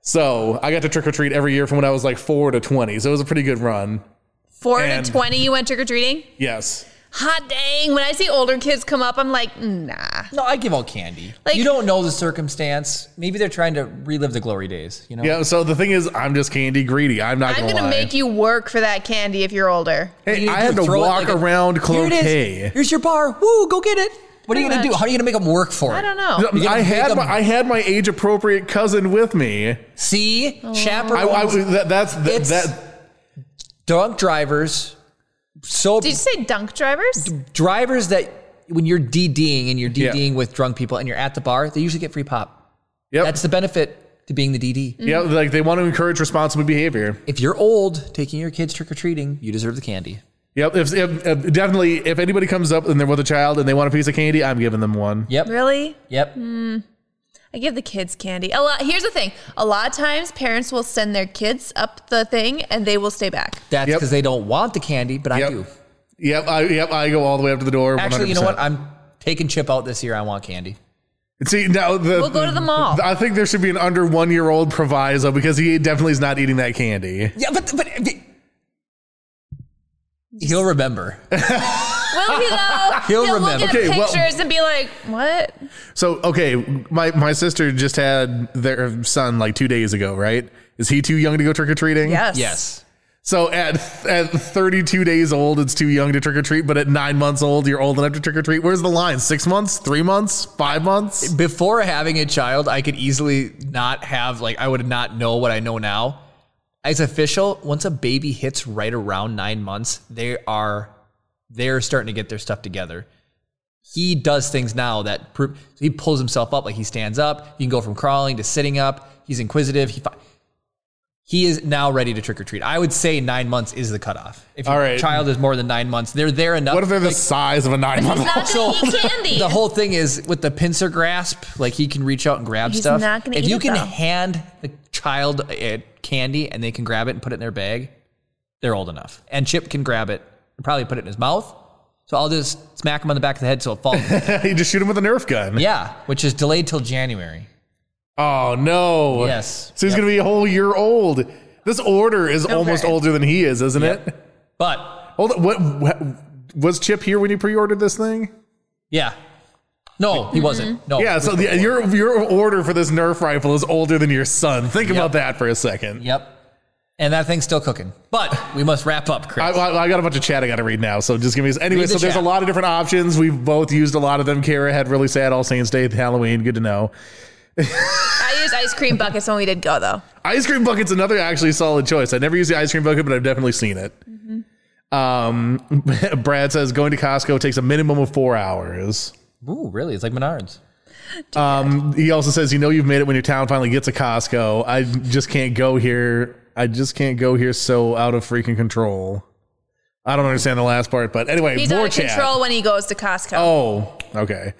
So I got to trick or treat every year from when I was like four to 20. So it was a pretty good run.
Four
And-
to 20, you went trick or treating?
Yes.
Hot dang. When I see older kids come up, I'm like, nah.
No, I give out candy.
Like-
you don't know the circumstance. Maybe they're trying to relive the glory days. You know.
Yeah. So the thing is, I'm just candy greedy. I'm not
I'm
going to
going to
lie.
make you work for that candy if you're older.
What are
hey,
you
I
gonna
had
do?
to
Throw it
walk
like a-
around
Here it is.
cloquet.
Here's your bar. Woo, go get it. What are you
Pretty
gonna do?
much.
How are you gonna make them work for it?
I don't know.
You gotta
I had
make
my,
'em-
I had my age appropriate cousin with me.
See,
Oh.
I, I
chaperones,
that, that's that,
It's-
that
drunk drivers, so
Did you say dunk drivers?
drivers that when you're DDing and you're
Yeah.
DDing with drunk people and you're at the bar, they usually get free pop.
yep
That's the benefit to being the DD.
yeah like they want to encourage responsible behavior.
If you're old, taking your kids trick or treating, you deserve the candy.
Yep, if, if, if- definitely if anybody comes up and they're with a child and they want a piece of candy, I'm giving them one.
Yep.
Really? Hmm.
Yep.
I give the kids candy. A lot. Here's the thing. A lot of times, parents will send their kids up the thing, and they will stay back.
That's
Yep.
because they don't want the candy, but I
Yep.
do.
Yep, I, yep, I go all the way up to the door.
Actually, you know
100%.
what? I'm taking Chip out this year. I want candy.
See now the
We'll go to the mall.
I think there should be an under one year old proviso because he definitely is not eating that candy.
Yeah, but but he'll remember.
Will he though?
He'll
look
remember.
at
Okay, well-
pictures and be like, "What?"
So okay, my my sister just had their son like two days ago. Right? Is he too young to go trick or treating?
Yes.
yes.
So at at 32 days old, it's too young to trick or treat. But at nine months old, you're old enough to trick or treat. Where's the line? Six months? Three months? Five months?
Before having a child, I could easily not have like I would not know what I know now. It's official. Once a baby hits right around nine months, they are they're starting to get their stuff together. He does things now that pro- he pulls himself up, like he stands up. He can go from crawling to sitting up. He's inquisitive. He fi- he is now ready to trick or treat. I would say nine months is the cutoff. If your
All right.
child is more than nine months, they're there enough.
What if they're the size of a nine month
He's
old?
not gonna eat candy.
The whole thing is with the pincer grasp, like he can reach out and grab
He's
stuff.
not gonna
if
eat
you
it,
can
though.
hand the child uh, candy and they can grab it and put it in their bag, they're old enough. And Chip can grab it and probably put it in his mouth. So I'll just smack him on the back of the head so it falls.
you just shoot him with a Nerf gun.
yeah, which is delayed till January.
Oh no.
Yes.
So he's gonna be a whole year old. This order is almost older than he is, isn't it?
But
Hold on. What, what was Chip here when you pre-ordered this thing?
yeah, no, he wasn't.
Mm-hmm.
No,
Yeah. So the, your your order for this Nerf rifle is older than your son. Think about that for a second.
yep. And that thing's still cooking. But we must wrap up, Chris.
I, I, I got a bunch of chat I got to read now, so just give me. Anyway,
Read the
so there's a
chat.
lot of different options. We've both used a lot of them. Kara had really sad All Saints Day, Halloween. Good to know.
I used ice cream buckets when we did go though.
Ice cream bucket's another actually solid choice. I never used the ice cream bucket, but I've definitely seen it. Um, Brad says going to Costco takes a minimum of four hours.
Ooh, really? It's like Menards.
He also says, you know, you've made it when your town finally gets a Costco. I just can't go here. I just can't go here. So out of freaking control. I don't understand the last part, but anyway,
He's
more
out of
chat.
control when he goes to Costco.
Oh, okay.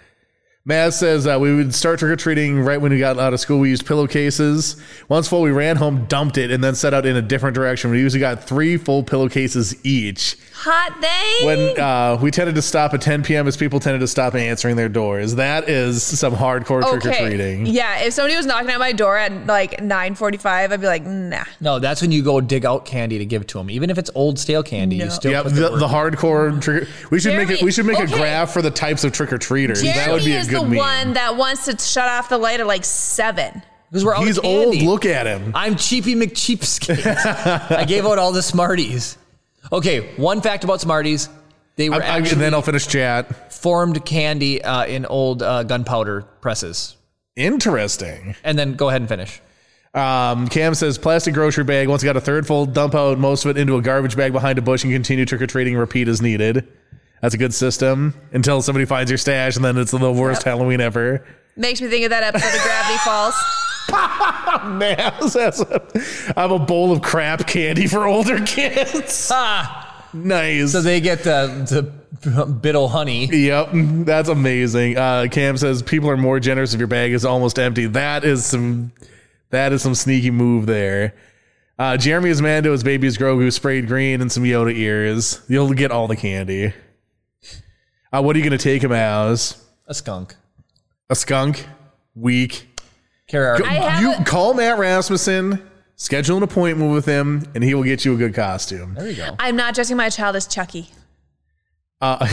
Maz says uh, we would start trick or treating right when we got out of school. We used pillowcases. Once full, we ran home, dumped it, and then set out in a different direction. We usually got three full pillowcases each.
Hot dang.
When uh, we tended to stop at 10 p.m. as people tended to stop answering their doors. That is some hardcore trick or treating.
Yeah, if somebody was knocking at my door at like 9:45, I'd be like, "Nah."
No, that's when you go dig out candy to give to him. Even if it's old stale candy, you
No.
still
Yep,
put the
the,
work
the hardcore trick. We should make it.
Jeremy-
We should make a
okay.
graph for the types of trick or treaters.
Jeremy
That would be a
is
good
the
meme.
one that wants to shut off the light at like 7.
Because we're out
He's
of candy.
old. Look at him.
I'm Cheapy McCheapskate. I gave out all the Smarties. Okay, one fact about Smarties: they were
I- I-
actually
and then I'll finish chat.
formed candy uh, in old uh, gunpowder presses.
Interesting.
And then go ahead and finish.
Um, Cam says plastic grocery bag. Once you got a third full, dump out most of it into a garbage bag behind a bush and continue trick or treating. Repeat as needed. That's a good system until somebody finds your stash, and then it's the worst Halloween ever.
Makes me think of that episode of Gravity Falls.
Mass. That's a, I have a bowl of crap candy for older kids.
Ah,
nice.
so they get the the biddle honey.
Yep, that's amazing. Uh, Cam says people are more generous if your bag is almost empty. That is some that is some sneaky move there. Uh, Jeremy is Mando as baby's Grogu sprayed green and some Yoda ears. You'll get all the candy. Uh, what are you gonna take him as?
A skunk.
A skunk? Weak.
Kara,
Go-
Arkin.
have
you
a-
call Matt Rasmussen, schedule an appointment with him, and he will get you a good costume.
there you go.
I'm not dressing my child as Chucky.
Uh,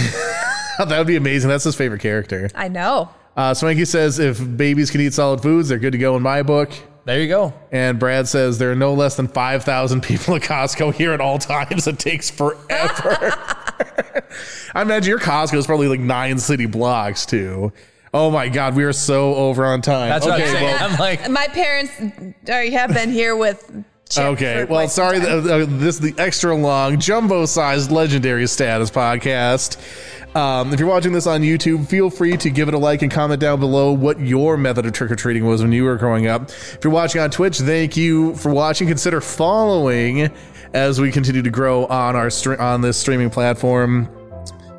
that would be amazing. That's his favorite character.
I know.
Uh, Swanky says if babies can eat solid foods, they're good to go in my book.
There you go.
And Brad says there are no less than 5,000 people at Costco here at all times. It takes forever. I imagine your Costco is probably like nine city blocks, too. Oh my God, we are so over on time.
That's what I'm saying.
well,
I'm like,
My parents already have been here with. Chip
Okay,
for
well,
quite some
sorry.
time.
th- uh, this is the extra long, jumbo sized legendary status podcast. Um, if you're watching this on YouTube, feel free to give it a like and comment down below what your method of trick or treating was when you were growing up. If you're watching on Twitch, thank you for watching. Consider following as we continue to grow on our str- on this streaming platform.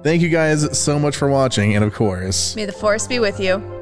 Thank you guys so much for watching, and of course.
May the force be with you.